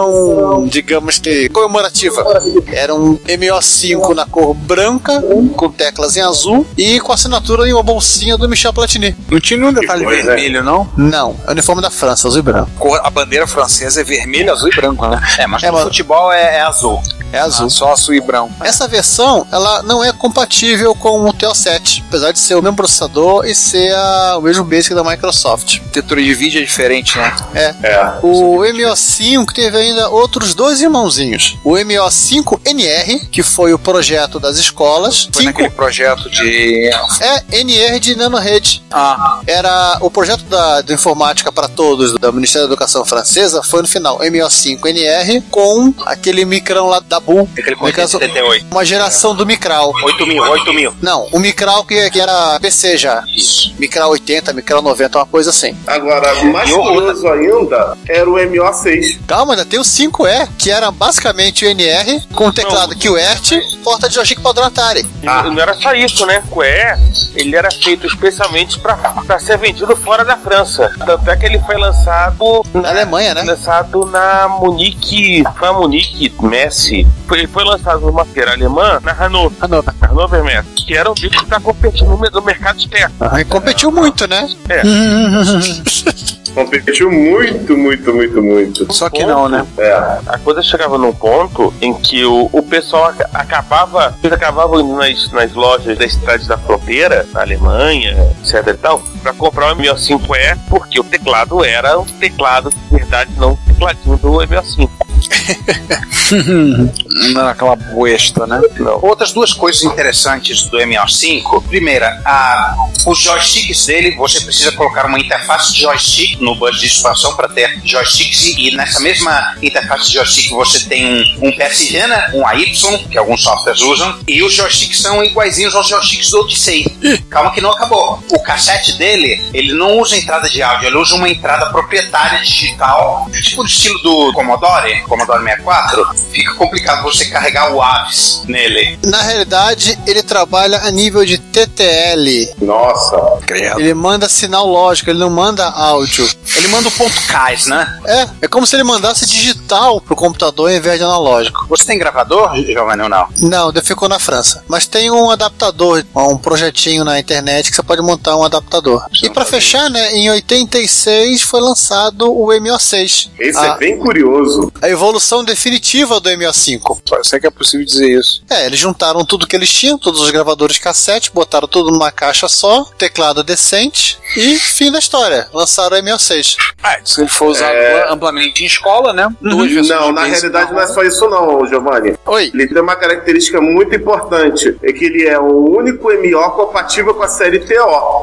[SPEAKER 4] versão, digamos que comemorativa. Era um MO5 na cor branca, com teclas em azul e com assinatura em uma bolsinha do Michel Platini.
[SPEAKER 7] Não tinha nenhum detalhe
[SPEAKER 4] coisa,
[SPEAKER 8] é,
[SPEAKER 7] vermelho, não?
[SPEAKER 4] Não, é o uniforme da França, azul e branco.
[SPEAKER 7] Tipo, é. Cor- A bandeira francesa é vermelho, azul e branco, né?
[SPEAKER 8] É, mas no futebol é, é azul.
[SPEAKER 4] É azul.
[SPEAKER 7] só azul e branco.
[SPEAKER 4] Essa versão, ela não é compatível com o Tel 7, apesar de ser o mesmo processador e ser a- o mesmo basic da Microsoft.
[SPEAKER 7] A arquitetura de vídeo é diferente, né?
[SPEAKER 4] É.
[SPEAKER 5] É.
[SPEAKER 4] O MO5 teve ainda outros dois irmãozinhos. O MO5NR, que foi o projeto das escolas.
[SPEAKER 7] Foi naquele projeto de.
[SPEAKER 4] É NR de nanorede.
[SPEAKER 7] Ah,
[SPEAKER 4] Era o projeto da, da informática para todos do Ministério da Educação francesa foi no final MO5NR com aquele micrão lá da Bull.
[SPEAKER 8] Aquele
[SPEAKER 4] No caso,
[SPEAKER 8] 78.
[SPEAKER 4] uma geração do micral.
[SPEAKER 8] 8 mil, 8 mil.
[SPEAKER 4] Não, o Micral que, que era PC já. Micral 80, Micral 90, uma coisa assim.
[SPEAKER 5] Agora, mais
[SPEAKER 8] E o-
[SPEAKER 5] curioso ainda era o MO6.
[SPEAKER 4] Calma, ainda tem o 5E, que era basicamente o NR, com o teclado QWERTY, porta de joystick para o Atari.
[SPEAKER 8] Ah.
[SPEAKER 11] E Não era só isso, né? O E, ele era feito especialmente pra, pra ser vendido fora da França. Tanto é que ele foi lançado
[SPEAKER 4] Na Alemanha, né?
[SPEAKER 11] lançado na Munique, foi a Munique Messi. Foi, ele foi lançado numa feira alemã na Hannover,
[SPEAKER 4] Hanover.
[SPEAKER 11] Hannover Messi, que era um bico que tá competindo no, me- no mercado externo.
[SPEAKER 4] E competiu muito, né?
[SPEAKER 11] É.
[SPEAKER 5] Competiu muito, muito, muito, muito.
[SPEAKER 7] só que não, né?
[SPEAKER 5] É.
[SPEAKER 11] A coisa chegava num ponto em que o, o pessoal ac- acabava, eles acabavam indo nas, nas lojas das cidades da fronteira, na Alemanha, etc e tal, pra comprar um o ML5E, porque o teclado era um teclado de verdade, não um tecladinho do ML5.
[SPEAKER 7] Não era aquela besta, né?
[SPEAKER 11] Não.
[SPEAKER 8] Outras duas coisas interessantes do ML5. Primeira, a, os joysticks dele, você precisa colocar uma interface de joystick no bus de expansão para ter joysticks. E, e nessa mesma interface de joystick você tem um, um PSV, né? um AY, que alguns softwares usam. E os joysticks são iguaizinhos aos joysticks do Odyssey. Calma que não acabou. O cassete dele, ele não usa entrada de áudio, ele usa uma entrada proprietária digital, tipo do estilo do Commodore, Commodore 64. Fica complicado você carregar o Aves nele.
[SPEAKER 4] Na realidade, ele trabalha a nível de TTL.
[SPEAKER 5] Nossa.
[SPEAKER 4] Ele manda sinal lógico, ele não manda áudio.
[SPEAKER 8] Ele manda o ponto CAS, né?
[SPEAKER 4] É, é como se ele mandasse digital pro computador em vez de analógico.
[SPEAKER 8] Você tem gravador, Giovanni, ou não?
[SPEAKER 4] Não, ainda ficou na França. Mas tem um adaptador, um projetinho na internet que você pode montar um adaptador. E pra fechar, né, em 86 foi lançado o MO6.
[SPEAKER 5] Esse
[SPEAKER 4] a,
[SPEAKER 5] é bem curioso.
[SPEAKER 4] a evolução definitiva do MO5.
[SPEAKER 7] Será que é possível dizer isso?
[SPEAKER 4] É, eles juntaram tudo que eles tinham, todos os gravadores cassete, botaram tudo numa caixa só, teclado decente e fim da história. Lançaram o MO6.
[SPEAKER 7] Ah, se ele for usado amplamente em escola, né? Duas versões
[SPEAKER 5] Não,
[SPEAKER 7] de então,
[SPEAKER 5] na
[SPEAKER 7] basic
[SPEAKER 5] realidade não
[SPEAKER 7] rua.
[SPEAKER 5] é só isso não, Giovanni.
[SPEAKER 4] Oi.
[SPEAKER 5] Ele tem uma característica muito importante, é que ele é o único MO compatível com a série TO.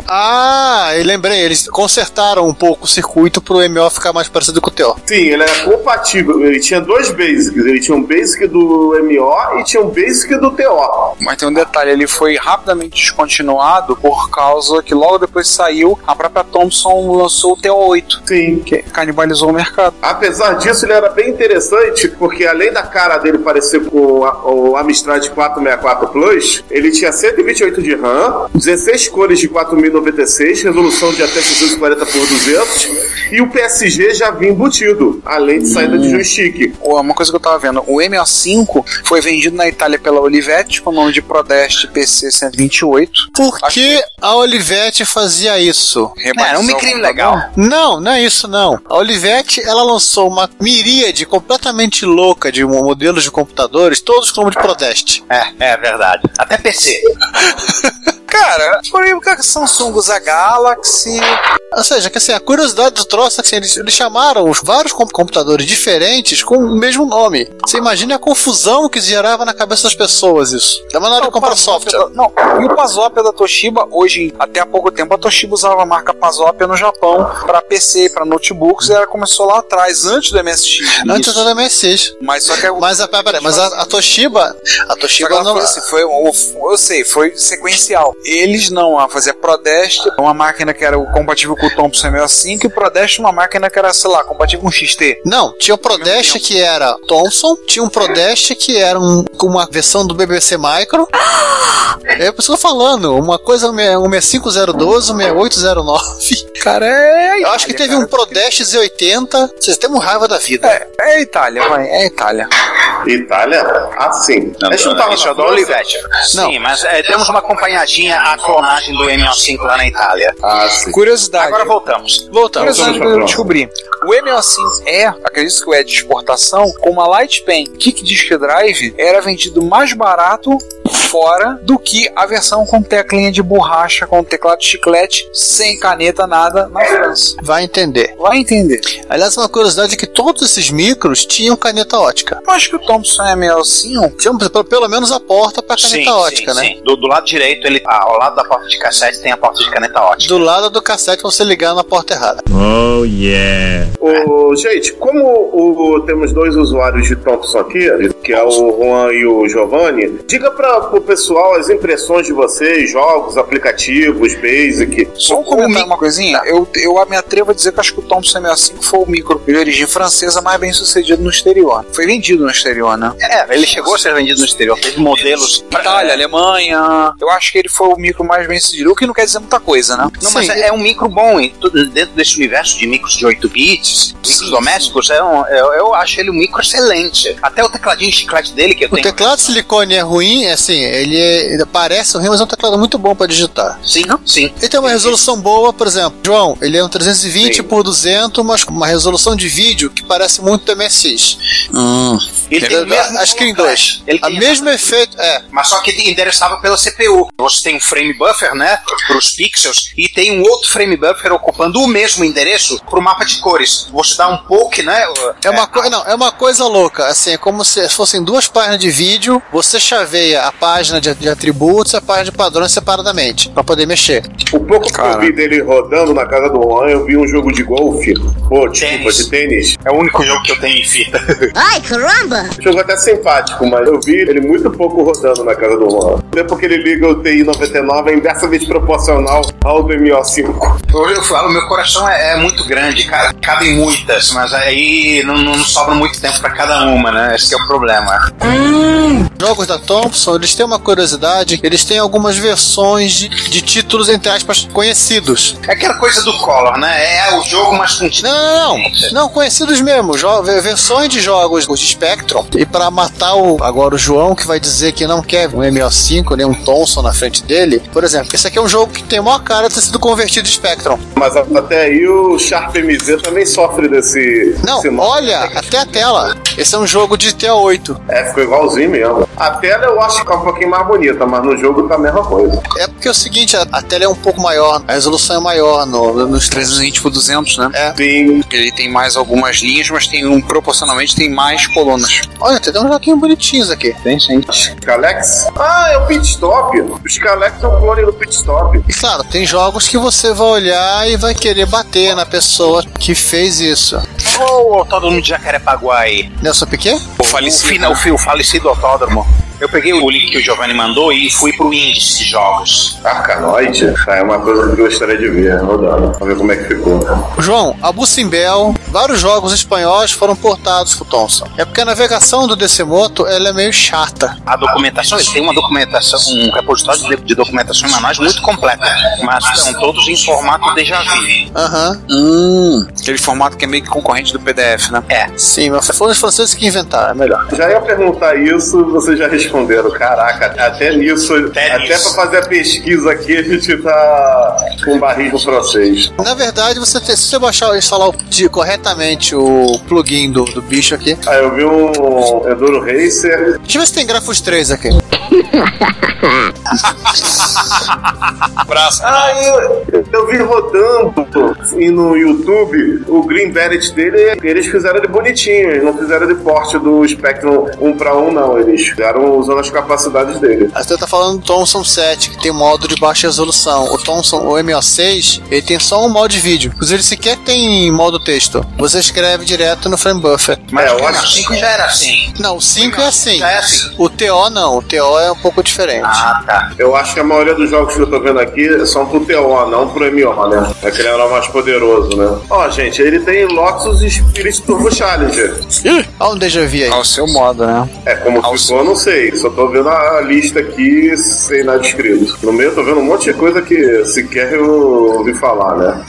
[SPEAKER 4] Ah, e lembrei, eles consertaram um pouco o circuito pro MO ficar mais parecido com o TO.
[SPEAKER 5] Sim, ele era compatível, ele tinha dois basics, ele tinha um basic do MO e tinha um basic do TO.
[SPEAKER 7] Mas tem um detalhe, ele foi rapidamente descontinuado por causa que logo depois que saiu, a própria Thomson lançou o TO8,
[SPEAKER 5] Sim.
[SPEAKER 7] que canibalizou o mercado.
[SPEAKER 5] Apesar disso, ele era bem interessante, porque além da cara dele parecer com a- o Amstrad 464 Plus, ele tinha 128 de RAM, 16 cores de 4096, resolução de até 240 por 200 e o PSG já vinha embutido, além de saída de joystick.
[SPEAKER 7] Ó, Uma coisa que eu tava vendo, o MO5 foi vendido na Itália pela Olivetti com o nome de Prodest PC 128.
[SPEAKER 4] Por
[SPEAKER 7] Acho
[SPEAKER 4] que a Olivetti fazia isso?
[SPEAKER 8] É, um micrinho legal.
[SPEAKER 4] Não, não é isso não. A Olivetti, ela lançou uma miríade completamente louca de mo- modelos de computadores, todos como de Prodest.
[SPEAKER 8] É, é verdade. Até PC.
[SPEAKER 7] Cara, por aí que a Samsung usa Galaxy.
[SPEAKER 4] Ou seja, que assim, a curiosidade do troço é que assim, eles, eles chamaram os vários com- computadores diferentes com o mesmo nome. Você imagina a confusão que gerava na cabeça das pessoas isso. Da maneira de comprar
[SPEAKER 7] Pazópia
[SPEAKER 4] software.
[SPEAKER 7] é da- Não, e o Pazópia da Toshiba, hoje, até há pouco tempo, a Toshiba usava a marca Pazópia no Japão para PC, para notebooks, e ela começou lá atrás, antes do MSX.
[SPEAKER 4] Antes
[SPEAKER 7] Isso.
[SPEAKER 4] da MSX.
[SPEAKER 7] Mas só que a-
[SPEAKER 4] Mas a, pera- pera- mas a, a Toshiba, a
[SPEAKER 7] só que
[SPEAKER 4] Toshiba
[SPEAKER 7] ela
[SPEAKER 4] não,
[SPEAKER 7] foi assim, foi, um- eu sei, foi sequencial. Eles não, a fazer Prodest, uma máquina que era compatível com o Thompson ML5 e Prodest uma máquina que era, sei lá, compatível com o XT.
[SPEAKER 4] Não, tinha o Prodest que era Thompson, tinha um Prodest que era um, com uma versão do BBC Micro. É por isso que eu tô falando, uma coisa um 65012, um 6809.
[SPEAKER 7] Cara, é.
[SPEAKER 4] Eu acho que teve um Prodest Z80. Vocês têm raiva da vida.
[SPEAKER 7] É, é Itália, vai, é Itália.
[SPEAKER 5] Itália? Ah, sim.
[SPEAKER 8] Não,
[SPEAKER 5] Deixa eu
[SPEAKER 8] não,
[SPEAKER 5] tava
[SPEAKER 8] isso é
[SPEAKER 5] na
[SPEAKER 8] da
[SPEAKER 5] França.
[SPEAKER 8] Olivetti. Sim, mas é, temos uma acompanhadinha à clonagem do MO5 lá na Itália.
[SPEAKER 4] Tá
[SPEAKER 5] Ah, sim.
[SPEAKER 7] Curiosidade.
[SPEAKER 8] Agora voltamos.
[SPEAKER 7] Voltando,
[SPEAKER 5] Voltamos,
[SPEAKER 7] Então, eu
[SPEAKER 5] voltamos.
[SPEAKER 7] descobri. O ML5 é, acredito que é de exportação, com uma Light Pen Kick Disk Drive, era vendido mais barato fora do que a versão com teclinha de borracha, com teclado de chiclete, sem caneta, nada, na França.
[SPEAKER 4] Vai entender.
[SPEAKER 7] Vai entender.
[SPEAKER 4] Aliás, uma curiosidade é que todos esses micros tinham caneta ótica.
[SPEAKER 7] Eu acho que o Thompson é assim, ML5
[SPEAKER 4] Tinham pelo pelo menos Tá a porta pra caneta ótica, né?
[SPEAKER 8] sim. Do, do lado direito, ele, ah, ao lado da porta de cassete, tem a porta de caneta ótica.
[SPEAKER 4] Do lado do cassete pra você ligar na porta errada.
[SPEAKER 5] Ô, gente, como o- o- temos dois usuários de Thompson aqui, que é o Juan e o Giovanni, diga para pro pessoal as impressões de vocês, jogos, aplicativos, basic.
[SPEAKER 7] Só um comentário, uma coisinha. Eu, eu me atrevo a dizer que acho que o Thompson 65 foi o micro de origem francesa mais bem sucedido no exterior. Foi vendido no exterior, né?
[SPEAKER 8] É, ele chegou a ser vendido no exterior. Teve modelos.
[SPEAKER 7] Itália, Alemanha. Eu acho que ele foi o micro mais bem sucedido, o que não quer dizer muita coisa, né?
[SPEAKER 8] Não, mas é, é um micro bom. e tu- Dentro desse universo de micros de 8 bits, micros domésticos, é um- eu, eu acho ele um micro excelente. Até o tecladinho de chiclete dele que eu
[SPEAKER 4] O
[SPEAKER 8] tenho.
[SPEAKER 4] teclado de silicone é ruim, é assim, ele, é, ele parece ruim, mas é um teclado muito bom pra digitar.
[SPEAKER 8] Sim, sim.
[SPEAKER 4] Ele tem uma resolução boa, por exemplo. João, ele é um 320
[SPEAKER 5] Sim.
[SPEAKER 4] por 200, mas com uma resolução de vídeo que parece muito do MSX.
[SPEAKER 8] Ele tem o mesmo
[SPEAKER 4] a Screen
[SPEAKER 8] como
[SPEAKER 4] 2.
[SPEAKER 8] Crash. é Ele
[SPEAKER 4] é A
[SPEAKER 8] tem
[SPEAKER 4] mesmo efeito, é.
[SPEAKER 8] mas só que endereçava pela CPU. Você tem um frame buffer, né, para os pixels, e tem um outro frame buffer ocupando o mesmo endereço para o mapa de cores. Você dá um poke, né?
[SPEAKER 4] É uma, coi- não, é uma coisa louca, assim, é como se fossem duas páginas de vídeo, você chaveia a página de, de atributos e a página de padrões separadamente, pra poder mexer.
[SPEAKER 5] O pouco
[SPEAKER 7] Cara.
[SPEAKER 5] que eu vi dele rodando na casa do Juan, eu vi um jogo de golfe. Pô, desculpa,
[SPEAKER 8] Tênis.
[SPEAKER 5] de tênis.
[SPEAKER 8] É o único jogo que eu tenho em fita.
[SPEAKER 5] Jogo até simpático, mas eu vi ele muito pouco rodando na casa do Juan. Até porque ele liga o TI 99 é inversamente proporcional ao do MO5.
[SPEAKER 8] Eu, eu falo, meu coração é, é muito grande, cara. Cabem muitas, mas aí não, não sobra muito tempo para cada uma, né? Esse que é o problema.
[SPEAKER 4] Jogos da Thompson, eles têm uma curiosidade, eles têm algumas versões de, de títulos, entre aspas, conhecidos.
[SPEAKER 8] É aquela coisa do Collor, né? É o jogo mais contínuo.
[SPEAKER 4] Não, não, não, não. Não, conhecidos mesmo. jo- ve- Versões de jogos de Spectrum. E pra matar o agora o João, que vai dizer que não quer um MO5, nem um Thompson na frente dele. Por exemplo, esse aqui é um jogo que tem a maior cara de ter sido convertido em Spectrum.
[SPEAKER 5] Mas até aí o Sharp MZ também sofre desse.
[SPEAKER 4] Não,
[SPEAKER 5] desse mal.
[SPEAKER 4] olha, até a tela. Esse é um jogo de TA8.
[SPEAKER 5] É, ficou igualzinho mesmo. A tela eu acho que tá um pouquinho mais bonita, mas no jogo tá a mesma coisa.
[SPEAKER 4] É porque é o seguinte, a, a tela é um pouco maior, a resolução é maior no, nos
[SPEAKER 7] 320 por 200, né?
[SPEAKER 5] Sim.
[SPEAKER 7] Ele tem mais algumas linhas, mas tem um proporcionalmente tem mais colunas.
[SPEAKER 4] Olha, tem um uns joguinhos bonitinhos aqui.
[SPEAKER 7] Tem sim.
[SPEAKER 5] Calex? Ah, é o pit stop. Os Calex são clone do pit stop.
[SPEAKER 4] E claro, tem jogos que você vai olhar e vai querer bater na pessoa que fez isso.
[SPEAKER 8] Ô, autódromo de Jacarepaguá aí.
[SPEAKER 4] Nelson Piquet?
[SPEAKER 8] O falecido, o, fina- o fi- o falecido autódromo. Eu peguei o link que o Giovanni mandou e fui pro índice de jogos.
[SPEAKER 5] Arcanoide? Ah, é uma coisa que eu gostaria de ver rodando. Pra ver como é que ficou.
[SPEAKER 4] João, Abu Simbel, vários jogos espanhóis foram portados pro Thompson. É porque a navegação do Decimoto ela é meio chata.
[SPEAKER 8] A documentação, ele tem uma documentação, um repositório de, de documentação em Manaus muito completa, mas são todos em formato déjà vu.
[SPEAKER 4] Aham.
[SPEAKER 7] Hum, aquele formato que é meio que concorrente do PDF, né?
[SPEAKER 8] É,
[SPEAKER 4] Sim, mas foram os franceses que inventaram, é melhor.
[SPEAKER 5] Já ia perguntar isso, vocês já responderam. Caraca, até nisso, até,
[SPEAKER 8] Até nisso.
[SPEAKER 5] pra fazer a pesquisa aqui, a gente tá com barril francês.
[SPEAKER 4] Na verdade, você tem- se você baixar e instalar o- de- corretamente o plugin do, do bicho aqui.
[SPEAKER 5] Ah, eu vi um Enduro Racer.
[SPEAKER 4] Deixa eu ver se tem Grafos 3 aqui.
[SPEAKER 7] Abraço.
[SPEAKER 5] Ah, eu, eu vi rodando e no YouTube o Green Beret dele. Eles fizeram ele bonitinho, eles um não fizeram de porte do Spectrum 1 pra 1, não. Eles fizeram usando as capacidades dele.
[SPEAKER 4] Você tá falando do Thomson 7, que tem modo de baixa resolução. O Thomson, o MO6, ele tem só um modo de vídeo. Inclusive, ele sequer tem modo texto. Você escreve direto no frame buffer.
[SPEAKER 5] É,
[SPEAKER 8] Mas o 5 já era assim.
[SPEAKER 4] Não, o 5 é assim.
[SPEAKER 8] Já é assim.
[SPEAKER 4] O TO não, o TO é um pouco diferente.
[SPEAKER 8] Ah, tá.
[SPEAKER 5] Eu acho que a maioria dos jogos que eu tô vendo aqui são pro TO, não pro MO, né? É que ele era o mais poderoso, né? Ó, gente, ele tem Lotus e Spirit Turbo Challenger.
[SPEAKER 4] Ih, olha um déjà vu aí.
[SPEAKER 7] Ao seu modo, né?
[SPEAKER 5] É, como ficou, eu não sei. Só tô vendo a lista aqui sem nada escrito. No meio eu tô vendo um monte de coisa que sequer eu ouvi falar, né?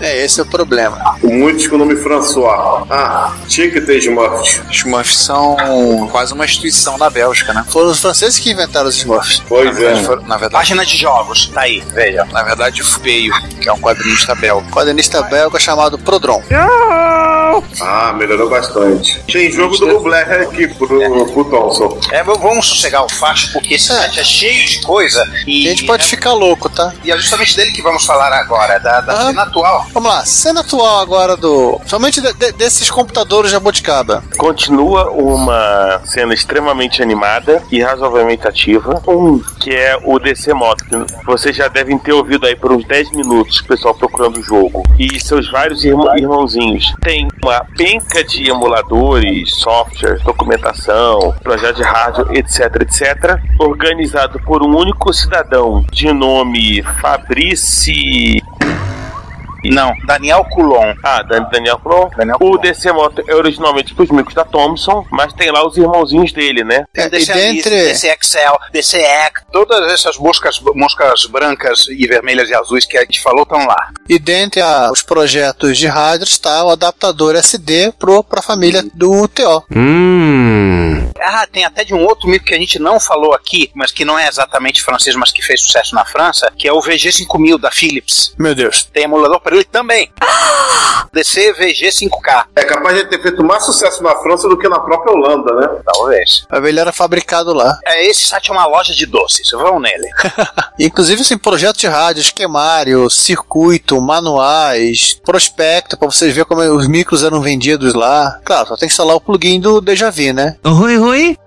[SPEAKER 4] É, esse é o problema.
[SPEAKER 5] Muitos com o nome François. Ah, tinha que ter Smurfs.
[SPEAKER 7] Os Smurfs são quase uma instituição na Bélgica, né?
[SPEAKER 4] Foram os franceses que inventaram os Smurfs.
[SPEAKER 7] na
[SPEAKER 5] Pois
[SPEAKER 7] verdade,
[SPEAKER 5] é.
[SPEAKER 7] foram- na verdade,
[SPEAKER 8] Página de jogos, tá aí, veja.
[SPEAKER 7] na verdade, Feio, que é um quadrinista belga.
[SPEAKER 4] Quadrinista belga chamado Prodron.
[SPEAKER 5] Ah, melhorou bastante. Tem jogo do Blair aqui pro, pro Thompson.
[SPEAKER 8] É, v- vamos sossegar o facho, porque esse
[SPEAKER 4] É.
[SPEAKER 8] site é cheio de coisa.
[SPEAKER 4] A
[SPEAKER 8] E, né,
[SPEAKER 4] gente pode ficar louco, tá?
[SPEAKER 8] e é justamente dele que vamos falar agora, da, da
[SPEAKER 4] Ah.
[SPEAKER 8] cena atual.
[SPEAKER 4] Vamos lá, cena atual agora do. Somente de- de- desses computadores de Jabuticaba.
[SPEAKER 11] Continua uma cena extremamente animada e razoavelmente ativa. Um, que é o DC Moto, que vocês já devem ter ouvido aí por uns 10 minutos o pessoal procurando o jogo. E seus vários irmã- irmãozinhos. Tem uma penca de emuladores, softwares, documentação, projeto de rádio, etc, etc. Organizado por um único cidadão de nome Fabrice
[SPEAKER 8] Não, Daniel Coulon.
[SPEAKER 11] Ah, Dan- Daniel Cron.
[SPEAKER 8] Daniel
[SPEAKER 11] O
[SPEAKER 8] Cron.
[SPEAKER 11] DC Moto é originalmente pros micos da Thompson, mas tem lá os irmãozinhos dele, né?
[SPEAKER 4] É, e
[SPEAKER 8] DC Alice,
[SPEAKER 4] dentre.
[SPEAKER 8] DC Excel, DC Ec, todas essas moscas, moscas brancas e vermelhas e azuis que a gente falou estão lá.
[SPEAKER 4] E dentre a- os projetos de rádio está o adaptador SD pro, pra família do TO.
[SPEAKER 8] Ah, tem até de um outro mito que a gente não falou aqui, mas que não é exatamente francês, mas que fez sucesso na França, que é o VG5000 da Philips.
[SPEAKER 4] Meu Deus.
[SPEAKER 8] Tem emulador para ele também.
[SPEAKER 4] Ah!
[SPEAKER 8] DC VG5K,
[SPEAKER 5] É capaz de ter feito mais sucesso na França do que na própria Holanda, né?
[SPEAKER 8] talvez.
[SPEAKER 4] Ele era fabricado lá.
[SPEAKER 8] É, esse site é uma loja de doces, vão nele.
[SPEAKER 4] Inclusive, assim, projeto de rádio, esquemário, circuito, manuais, prospecto, pra vocês verem como é, os micros eram vendidos lá. Claro, só tem que instalar o plugin do Deja Vu, né?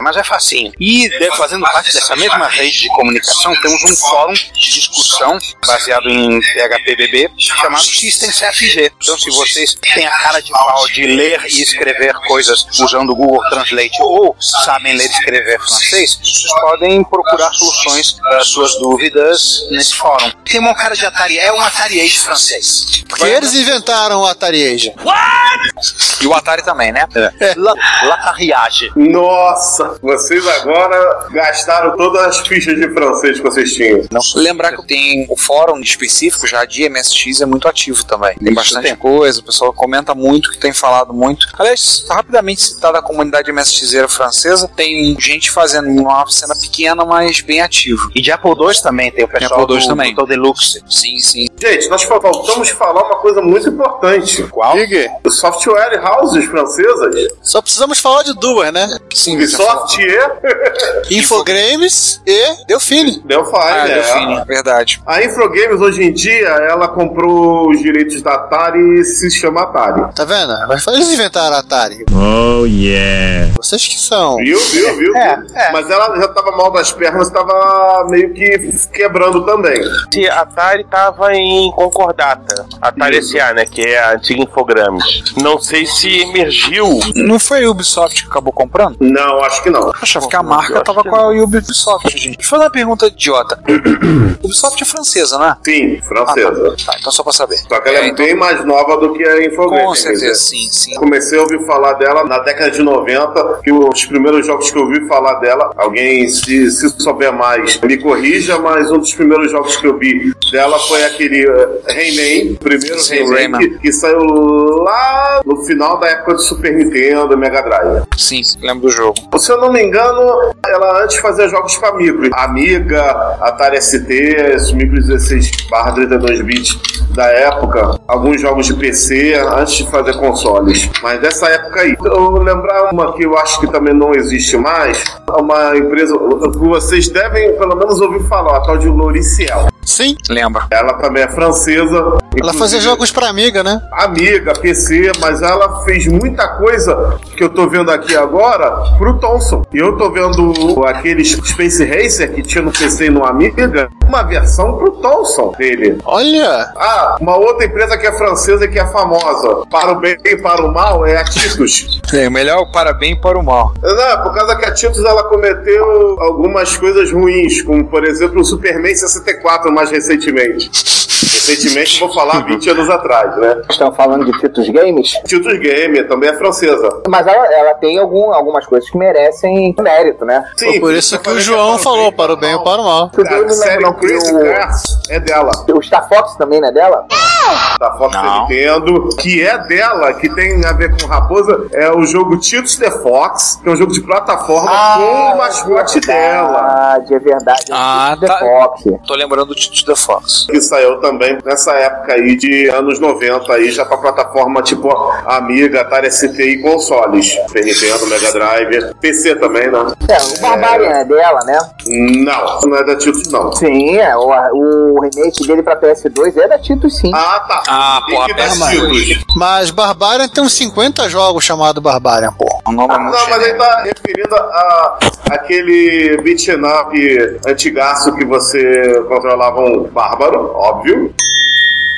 [SPEAKER 8] Mas é facinho. E de- fazendo parte dessa mesma rede de comunicação, temos um fórum de discussão baseado em PHPBB chamado SystemCFG. Então, se vocês têm a cara de pau de ler e escrever coisas usando o Google Translate ou sabem ler e escrever francês, vocês podem procurar soluções para as suas dúvidas nesse fórum. Tem uma cara de Atari, é um Atari Age francês.
[SPEAKER 4] Porque eles inventaram o Atari Age.
[SPEAKER 7] E o Atari também, né?
[SPEAKER 8] La- L'Atariage.
[SPEAKER 5] Nossa, vocês agora gastaram todas as fichas de francês que vocês tinham.
[SPEAKER 7] Não. Lembrar que tem o fórum específico já de MSX é muito ativo também. Tem bastante coisa, o pessoal comenta muito, que tem falado muito. Aliás, rapidamente citada a comunidade MSXera francesa, tem gente fazendo uma cena pequena, mas bem ativa.
[SPEAKER 8] E de Apple II também, tem o pessoal
[SPEAKER 7] Apple II
[SPEAKER 8] do,
[SPEAKER 7] também.
[SPEAKER 8] do Total Deluxe.
[SPEAKER 7] Sim, sim.
[SPEAKER 5] Gente, nós faltamos falar uma coisa muito importante.
[SPEAKER 8] Qual?
[SPEAKER 5] Os software houses francesas,
[SPEAKER 4] Só precisamos falar de duas, né?
[SPEAKER 7] Sim,
[SPEAKER 5] Ubisoft e
[SPEAKER 4] Infogrames e Delfine.
[SPEAKER 5] Delphi,
[SPEAKER 7] Ah,
[SPEAKER 5] né?
[SPEAKER 7] Delfine, verdade.
[SPEAKER 5] A Infogames hoje em dia, ela comprou os direitos da Atari e se chama Atari.
[SPEAKER 4] Tá vendo? Mas Eles inventaram a Atari. Oh, yeah. Vocês que são.
[SPEAKER 5] Viu, viu, viu?
[SPEAKER 8] É, é.
[SPEAKER 5] Mas ela já tava mal das pernas, tava meio que quebrando também.
[SPEAKER 11] Esse Atari tava em concordata. Atari SA, né? Que é a antiga Infogrames. Não sei se emergiu.
[SPEAKER 7] Não foi a Ubisoft que acabou comprando?
[SPEAKER 5] Não, acho que não.
[SPEAKER 7] Poxa, porque a
[SPEAKER 11] eu
[SPEAKER 7] marca
[SPEAKER 11] acho
[SPEAKER 7] tava
[SPEAKER 11] que
[SPEAKER 7] com a Ubisoft, gente. Deixa eu fazer uma pergunta idiota. Ubisoft é francesa, né?
[SPEAKER 5] Sim, francesa.
[SPEAKER 7] Tá, então só pra saber.
[SPEAKER 5] Só que ela é,
[SPEAKER 7] É, então-
[SPEAKER 5] bem mais nova do que a Infogrames.
[SPEAKER 7] Com
[SPEAKER 5] quer dizer.
[SPEAKER 7] certeza, sim, sim.
[SPEAKER 5] Comecei a ouvir falar dela na década de 90, que os primeiros jogos que eu ouvi falar dela, alguém se, se souber mais, me corrija, mas um dos primeiros jogos que eu vi dela foi aquele eh, Rayman, o primeiro
[SPEAKER 7] Sim,
[SPEAKER 5] Rayman,
[SPEAKER 7] Rayman.
[SPEAKER 5] que, que saiu lá no final da época do Super Nintendo, Mega Drive.
[SPEAKER 7] Sim, lembro do jogo.
[SPEAKER 5] Se eu não me engano, ela antes fazia jogos para micro, Amiga, Atari ST, esse micro 16 barra 32 bits da época, alguns jogos de PC antes de fazer consoles. Mas dessa época aí, eu vou lembrar uma que eu acho que também não existe mais, é uma empresa que vocês devem pelo menos ouvir falar, a tal de Loriciel.
[SPEAKER 4] Sim.
[SPEAKER 7] Lembra.
[SPEAKER 5] Ela também é francesa.
[SPEAKER 4] Ela
[SPEAKER 5] inclusive-
[SPEAKER 4] fazia jogos pra amiga, né?
[SPEAKER 5] Amiga, PC, mas ela fez muita coisa que eu tô vendo aqui agora pro Thomson. E eu tô vendo aquele Space Racer que tinha no PC e no Amiga, uma versão pro Thomson dele.
[SPEAKER 4] Olha!
[SPEAKER 5] Ah, uma outra empresa que é francesa e que é famosa, para o bem e para o mal, é a Titus.
[SPEAKER 7] É, melhor o parabéns para o mal.
[SPEAKER 5] Não, é por causa que a Titus ela cometeu algumas coisas ruins, como por exemplo o Superman 64 mais recentemente. Recentemente, vou falar 20 anos atrás, né?
[SPEAKER 6] Estão falando de Titus Games?
[SPEAKER 5] Titus Game também é francesa.
[SPEAKER 6] Mas ela, ela tem algum, algumas coisas que merecem mérito, né?
[SPEAKER 5] Sim,
[SPEAKER 4] por isso que é o João falou para o bem ou para o mal.
[SPEAKER 6] Eu
[SPEAKER 5] Cara,
[SPEAKER 6] não lembro
[SPEAKER 5] Ah, sério,
[SPEAKER 6] não, que
[SPEAKER 5] Crazy Cats é dela.
[SPEAKER 6] o, o Star Fox também não é dela?
[SPEAKER 5] Da Fox da
[SPEAKER 7] Não.
[SPEAKER 5] Nintendo, que é dela, que tem a ver com Raposa, é o jogo Titus The Fox, que é um jogo de plataforma com o mascote Ah, dela.
[SPEAKER 6] Verdade, é verdade. é o
[SPEAKER 7] Ah,
[SPEAKER 6] Titus
[SPEAKER 7] tá.
[SPEAKER 6] The Fox. É,
[SPEAKER 7] Tô lembrando do Tito da Fox.
[SPEAKER 5] Que saiu também nessa época aí de anos 90 aí, já pra plataforma tipo Amiga, Atari ST e consoles. Super Nintendo, Mega Drive, PC também, né?
[SPEAKER 6] É, o Barbarian é dela, né?
[SPEAKER 5] Não, não é da Titus não.
[SPEAKER 6] Sim, é, o, o remake dele pra PS2 é da Titus, sim.
[SPEAKER 5] Ah, tá.
[SPEAKER 7] Ah, pô,
[SPEAKER 5] Link das
[SPEAKER 7] aperta mais.
[SPEAKER 5] Titus.
[SPEAKER 4] Mas Barbarian tem uns 50 jogos chamado Barbarian, pô.
[SPEAKER 7] O nome é
[SPEAKER 5] Não,
[SPEAKER 7] muito
[SPEAKER 5] mas ele
[SPEAKER 7] genérico.
[SPEAKER 5] tá referindo a aquele beat'em up antigaço que você controlava um bárbaro, óbvio.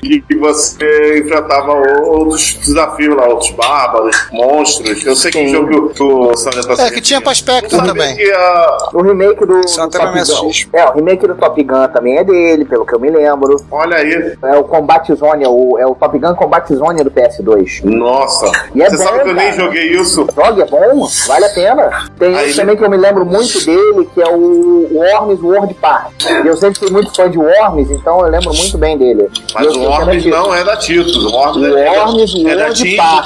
[SPEAKER 5] E que você enfrentava outros desafios lá, outros bárbaros, monstros. Eu sei que
[SPEAKER 6] Sim.
[SPEAKER 5] jogo que o Sandra tá
[SPEAKER 4] É, que tinha pra Spectrum
[SPEAKER 5] Sabe
[SPEAKER 4] também.
[SPEAKER 5] que ah, a-
[SPEAKER 6] O remake do, do
[SPEAKER 7] Isso até
[SPEAKER 6] Top
[SPEAKER 7] pra mim
[SPEAKER 6] Gun.
[SPEAKER 7] assiste.
[SPEAKER 6] É, o remake do Top Gun também é dele, pelo que eu me lembro.
[SPEAKER 5] Olha aí.
[SPEAKER 6] É o Combat Zone, é o, é o Top Gun Combat Zone do PS2.
[SPEAKER 5] Nossa.
[SPEAKER 6] E é
[SPEAKER 5] você
[SPEAKER 6] bom,
[SPEAKER 5] sabe que eu nem
[SPEAKER 6] cara.
[SPEAKER 5] joguei isso?
[SPEAKER 6] Dog é bom, vale a pena. Tem
[SPEAKER 5] Aí
[SPEAKER 6] esse
[SPEAKER 5] ele-
[SPEAKER 6] também que eu me lembro muito dele, que é o Worms World Park. E eu sempre fui muito fã de Worms, então eu lembro muito bem dele.
[SPEAKER 5] Mas
[SPEAKER 6] E eu
[SPEAKER 5] o
[SPEAKER 6] sei que era
[SPEAKER 5] Ormes
[SPEAKER 6] disso.
[SPEAKER 5] não é da Titus. O Ormes é, da-
[SPEAKER 6] Worms
[SPEAKER 5] é da
[SPEAKER 6] World
[SPEAKER 5] Team,
[SPEAKER 6] Park.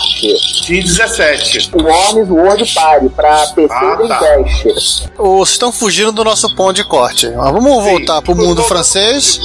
[SPEAKER 5] Team 17.
[SPEAKER 6] O Worms World Party pra PC
[SPEAKER 5] Ah,
[SPEAKER 6] e
[SPEAKER 5] tá.
[SPEAKER 6] Dreamcast.
[SPEAKER 4] Ou vocês estão fugindo do nosso ponto de corte. Mas vamos voltar pro mundo francês.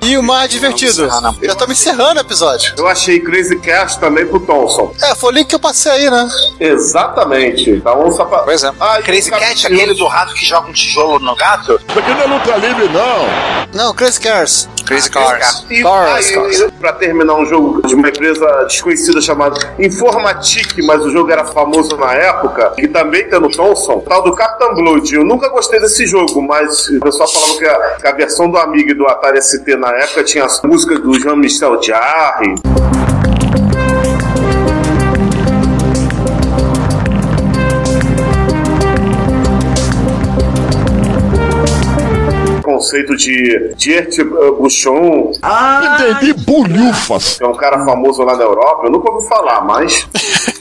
[SPEAKER 4] E o mais divertido. Já estamos encerrando o episódio.
[SPEAKER 5] Eu achei Crazy Cast também pro Thompson.
[SPEAKER 4] É, foi o link que eu passei aí, né?
[SPEAKER 5] Exatamente. Então, só pra...
[SPEAKER 7] Pois é.
[SPEAKER 5] Ah, e
[SPEAKER 8] Crazy
[SPEAKER 5] o cap-
[SPEAKER 8] Cat, aquele do rato que joga um tijolo no gato.
[SPEAKER 10] Isso aqui não é luta livre, não.
[SPEAKER 4] Não, Crazy Cars.
[SPEAKER 7] Crazy
[SPEAKER 8] Cars.
[SPEAKER 7] Cars.
[SPEAKER 5] E, ah,
[SPEAKER 7] Cars,
[SPEAKER 5] e-
[SPEAKER 7] Cars.
[SPEAKER 5] e pra terminar um jogo de uma empresa desconhecida chamada Informatic, mas o jogo era famoso na época, e também tem no Thomson, tal do Captain Blood. Eu nunca gostei desse jogo, mas o pessoal falava que a, que a versão do Amiga e do Atari ST na época tinha as músicas do Jean-Michel Jarre. Conceito de Gert Bouchon,
[SPEAKER 6] Ah,
[SPEAKER 10] Entendi, bolhufas.
[SPEAKER 5] que é um cara famoso lá na Europa, eu nunca ouvi falar, mas.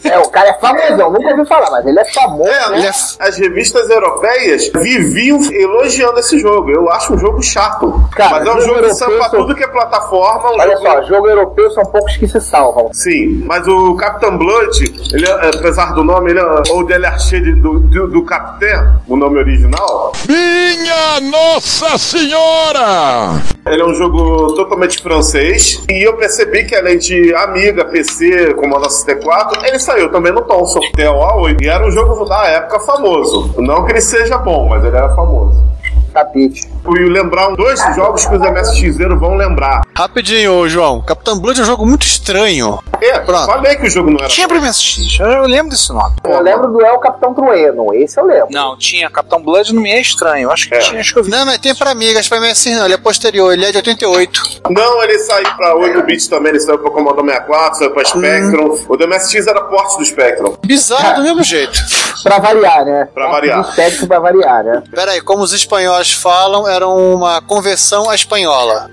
[SPEAKER 6] É, o cara é famosão, nunca ouvi falar, mas ele é famoso.
[SPEAKER 5] É,
[SPEAKER 6] né?
[SPEAKER 5] né? as revistas europeias viviam elogiando esse jogo. Eu acho um jogo chato.
[SPEAKER 6] Cara,
[SPEAKER 5] mas é um
[SPEAKER 6] jogo
[SPEAKER 5] jogo de
[SPEAKER 6] europeu
[SPEAKER 5] samba
[SPEAKER 6] são-
[SPEAKER 5] tudo que é plataforma. Um
[SPEAKER 6] Olha
[SPEAKER 5] jogo...
[SPEAKER 6] só, jogo europeu são poucos que se salvam.
[SPEAKER 5] Sim, mas o Capitão Blunt, ele, é- apesar do nome, ele é, ou dele é do, do, do Capitão, o nome original,
[SPEAKER 10] Minha Nossa Senhora!
[SPEAKER 5] Ele é um jogo totalmente francês. E eu percebi que além de Amiga, PC, Commodore 64, ele saiu também no Thomson, TOA8. E era um jogo da época famoso. Não que ele seja bom, mas ele era famoso.
[SPEAKER 6] Tapete.
[SPEAKER 5] E lembrar um, dois jogos que os MSXeros vão lembrar.
[SPEAKER 4] Rapidinho, ô, João. Capitão Blood é um jogo muito estranho.
[SPEAKER 5] É,
[SPEAKER 4] Pronto.
[SPEAKER 5] falei que o jogo não era.
[SPEAKER 8] Tipo-
[SPEAKER 7] Tinha pra mim assistir. Eu lembro desse nome.
[SPEAKER 6] Eu lembro do El Capitão Trueno, esse eu lembro.
[SPEAKER 7] Não, tinha. Capitão Blood não me é estranho. Acho que
[SPEAKER 5] É.
[SPEAKER 7] tinha, acho que eu vi.
[SPEAKER 4] Não, mas tem pra amigas, pra mim é assim, não. Ele é posterior, ele é de 88.
[SPEAKER 5] Não, ele saiu pra 8 bits também, ele saiu pra Commodore 64, saiu pra Spectrum. O do MSX era porte do Spectrum.
[SPEAKER 4] Bizarro do mesmo jeito.
[SPEAKER 6] Pra variar, né?
[SPEAKER 5] Pra variar.
[SPEAKER 6] Do sexo pra variar, né?
[SPEAKER 4] Pera aí, como os espanhóis falam, era uma conversão à espanhola.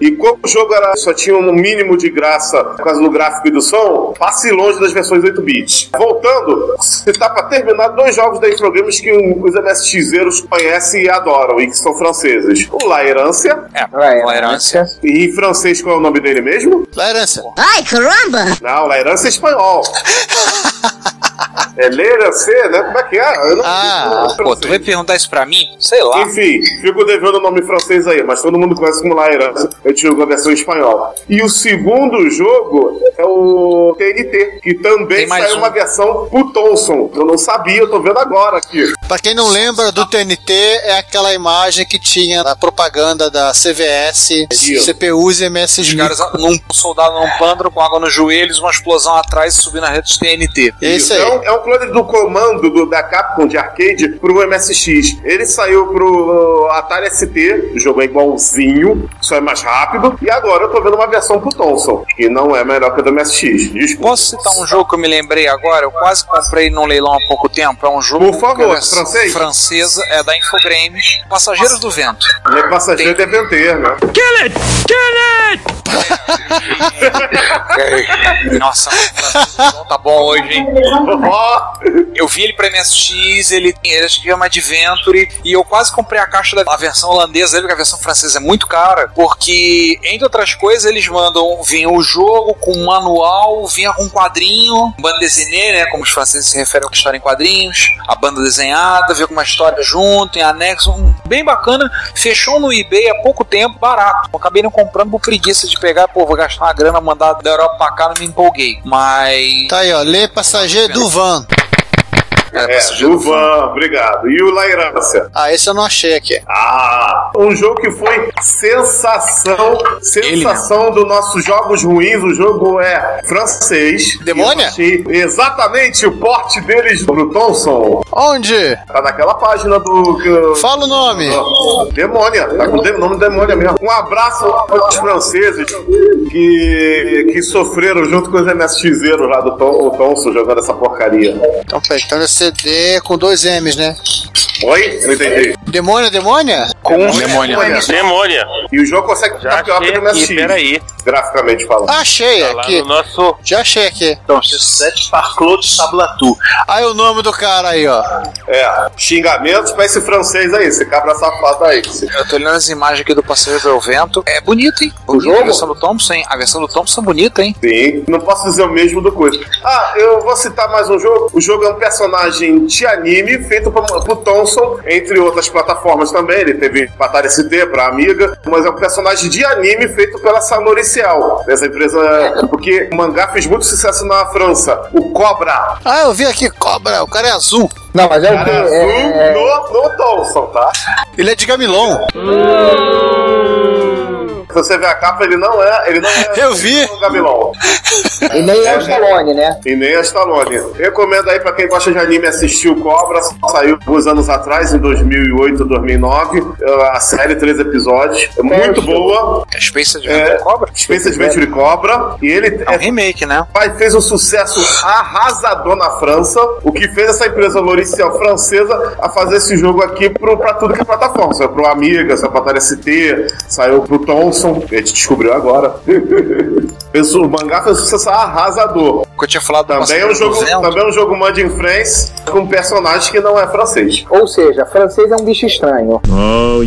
[SPEAKER 5] E como o jogo era, só tinha um mínimo de graça por causa do gráfico e do som, passe longe das versões 8 bits. Voltando, está para terminar dois jogos da Infogames que um- os MSXeros conhecem e adoram e que são franceses: o La Herância,
[SPEAKER 7] É,
[SPEAKER 6] Vai,
[SPEAKER 7] uma herança.
[SPEAKER 5] e em francês qual é o nome dele mesmo?
[SPEAKER 4] Laranja.
[SPEAKER 5] Não, La Herância é espanhol. É Leira C, né? Como é que é? Eu não
[SPEAKER 7] Ah,
[SPEAKER 5] não-
[SPEAKER 7] pô, tu vai perguntar isso pra mim? Sei lá.
[SPEAKER 5] Enfim, fico devendo o nome francês aí, mas todo mundo conhece como La Herança. Eu tive a versão espanhola. E o segundo jogo é o TNT, que também
[SPEAKER 7] Tem mais
[SPEAKER 5] saiu
[SPEAKER 7] um.
[SPEAKER 5] uma versão pro Thomson. Eu não sabia, eu tô vendo agora aqui.
[SPEAKER 4] Pra quem não lembra do TNT, é aquela imagem que tinha na propaganda da CVS,
[SPEAKER 5] Isso.
[SPEAKER 4] CPUs e MSG.
[SPEAKER 7] Os caras, num um soldado num pandro com água nos joelhos, uma explosão atrás e subindo a rede de TNT.
[SPEAKER 4] Esse
[SPEAKER 5] É
[SPEAKER 4] aí.
[SPEAKER 5] um, é um clone do comando do, da Capcom de arcade pro MSX. Ele saiu pro uh, Atari ST, o jogo é igualzinho, só é mais rápido. E agora eu tô vendo uma versão pro Thomson, que não é melhor que a do MSX. Desculpa.
[SPEAKER 7] Posso citar um jogo que eu me lembrei agora? Eu quase comprei num leilão há pouco tempo. É um jogo
[SPEAKER 5] Por favor,
[SPEAKER 7] que a versão
[SPEAKER 5] francês?
[SPEAKER 7] francesa, é da Infogrames, Passageiros do Vento.
[SPEAKER 5] Ele é passageiro de vender, né?
[SPEAKER 7] Nossa, o som tá bom hoje, hein?
[SPEAKER 5] Ó,
[SPEAKER 7] Eu vi ele pra MSX, ele, ele acho que é uma Adventure, e eu quase comprei a caixa da a versão holandesa dele, porque a versão francesa é muito cara, porque, entre outras coisas, eles mandam vinha o jogo com um manual, vinha com um quadrinho, banda desenhée, né, como os franceses se referem à história em quadrinhos, a banda desenhada, vinha com uma história junto, em anexo, um- bem bacana, fechou no eBay há pouco tempo, barato. Eu acabei não comprando por preguiça de pegar, pô, vou gastar uma grana, mandar da Europa pra cá, não me empolguei. Mas...
[SPEAKER 4] Tá aí, ó. Lê passageiro do van.
[SPEAKER 7] Cara,
[SPEAKER 5] é, Juvan, obrigado. E o La Herança?
[SPEAKER 4] Ah, esse eu não achei aqui.
[SPEAKER 5] Ah, um jogo que foi sensação, sensação dos nossos jogos ruins. O jogo é francês.
[SPEAKER 4] Demônia?
[SPEAKER 5] Eu achei Exatamente o porte deles pro Thomson.
[SPEAKER 4] Onde?
[SPEAKER 5] Tá naquela página do. que-
[SPEAKER 4] Fala o nome.
[SPEAKER 5] Demônia, tá com o de- nome Demônia mesmo. Um abraço aos franceses que, que sofreram junto com os MSXeiros lá do Tom, o Thomson jogando essa porcaria.
[SPEAKER 4] Então, peraí, então é CD com dois M's, né?
[SPEAKER 5] Oi? Não entendi.
[SPEAKER 4] Demônia, demônia?
[SPEAKER 5] Com
[SPEAKER 7] Demônia.
[SPEAKER 11] Demônia.
[SPEAKER 5] É E o jogo consegue
[SPEAKER 11] Já
[SPEAKER 5] ficar pior que
[SPEAKER 11] achei
[SPEAKER 5] o do
[SPEAKER 11] aqui,
[SPEAKER 5] MSX.
[SPEAKER 11] peraí.
[SPEAKER 5] Graficamente falando.
[SPEAKER 4] Ah, achei
[SPEAKER 11] Tá lá
[SPEAKER 4] aqui.
[SPEAKER 11] no nosso...
[SPEAKER 4] Já achei aqui.
[SPEAKER 8] Então, X7 Parclot de Sablatu.
[SPEAKER 4] Aí o nome do cara aí, ó.
[SPEAKER 5] É, xingamentos pra esse francês aí, esse cabra safado aí. Esse-
[SPEAKER 7] Eu tô olhando as imagens aqui do Passageiro pelo Vento. É bonito, hein? Bonito. A
[SPEAKER 5] jogo?
[SPEAKER 7] versão do Thompson, hein? A versão do Thompson é bonita, hein?
[SPEAKER 5] é Sim, não posso dizer o mesmo do coisa. Ah, eu vou citar mais um jogo. O jogo é um personagem de anime feito pro, pro Thomson, entre outras plataformas também. Ele teve pra Atari ST, pra Amiga, mas é um personagem de anime feito pela Sanoriciel. Essa empresa, porque o mangá fez muito sucesso na França. O Cobra.
[SPEAKER 4] Ah, eu vi aqui cobra. O cara é azul.
[SPEAKER 6] Não, mas é o que?
[SPEAKER 5] Cara azul
[SPEAKER 6] É,
[SPEAKER 5] no, no Thomson, tá?
[SPEAKER 4] Ele é de Gamilon.
[SPEAKER 5] Se você ver a capa, ele não é. Ele não é
[SPEAKER 4] Eu vi.
[SPEAKER 5] o Gabilon.
[SPEAKER 6] e nem é
[SPEAKER 5] É,
[SPEAKER 6] o Stallone, né?
[SPEAKER 5] E nem a Stallone. Recomendo aí pra quem gosta de anime assistir o Cobra. Saiu alguns anos atrás, em 2008, 2009. eh, A série, três episódios. É muito boa.
[SPEAKER 7] É Space Adventure
[SPEAKER 5] É,
[SPEAKER 7] Cobra?
[SPEAKER 5] Space Adventure Cobra. E ele
[SPEAKER 7] É um
[SPEAKER 5] é,
[SPEAKER 7] remake, né?
[SPEAKER 5] vai- fez um sucesso arrasador na França. O que fez essa empresa Loriciel francesa a fazer esse jogo aqui pro, pra tudo que é plataforma. Saiu pro Amiga, saiu pra Atari ST, saiu pro Thomson. A gente descobriu agora. Fez- O mangá fez um sucesso arrasador.
[SPEAKER 7] O que eu tinha falado do
[SPEAKER 5] Também é, um
[SPEAKER 7] Passageiro
[SPEAKER 5] jogo,
[SPEAKER 7] do Vento.
[SPEAKER 5] também é um jogo Made in France com um personagem que não é francês.
[SPEAKER 6] Ou seja, francês é um bicho estranho.
[SPEAKER 10] Oh,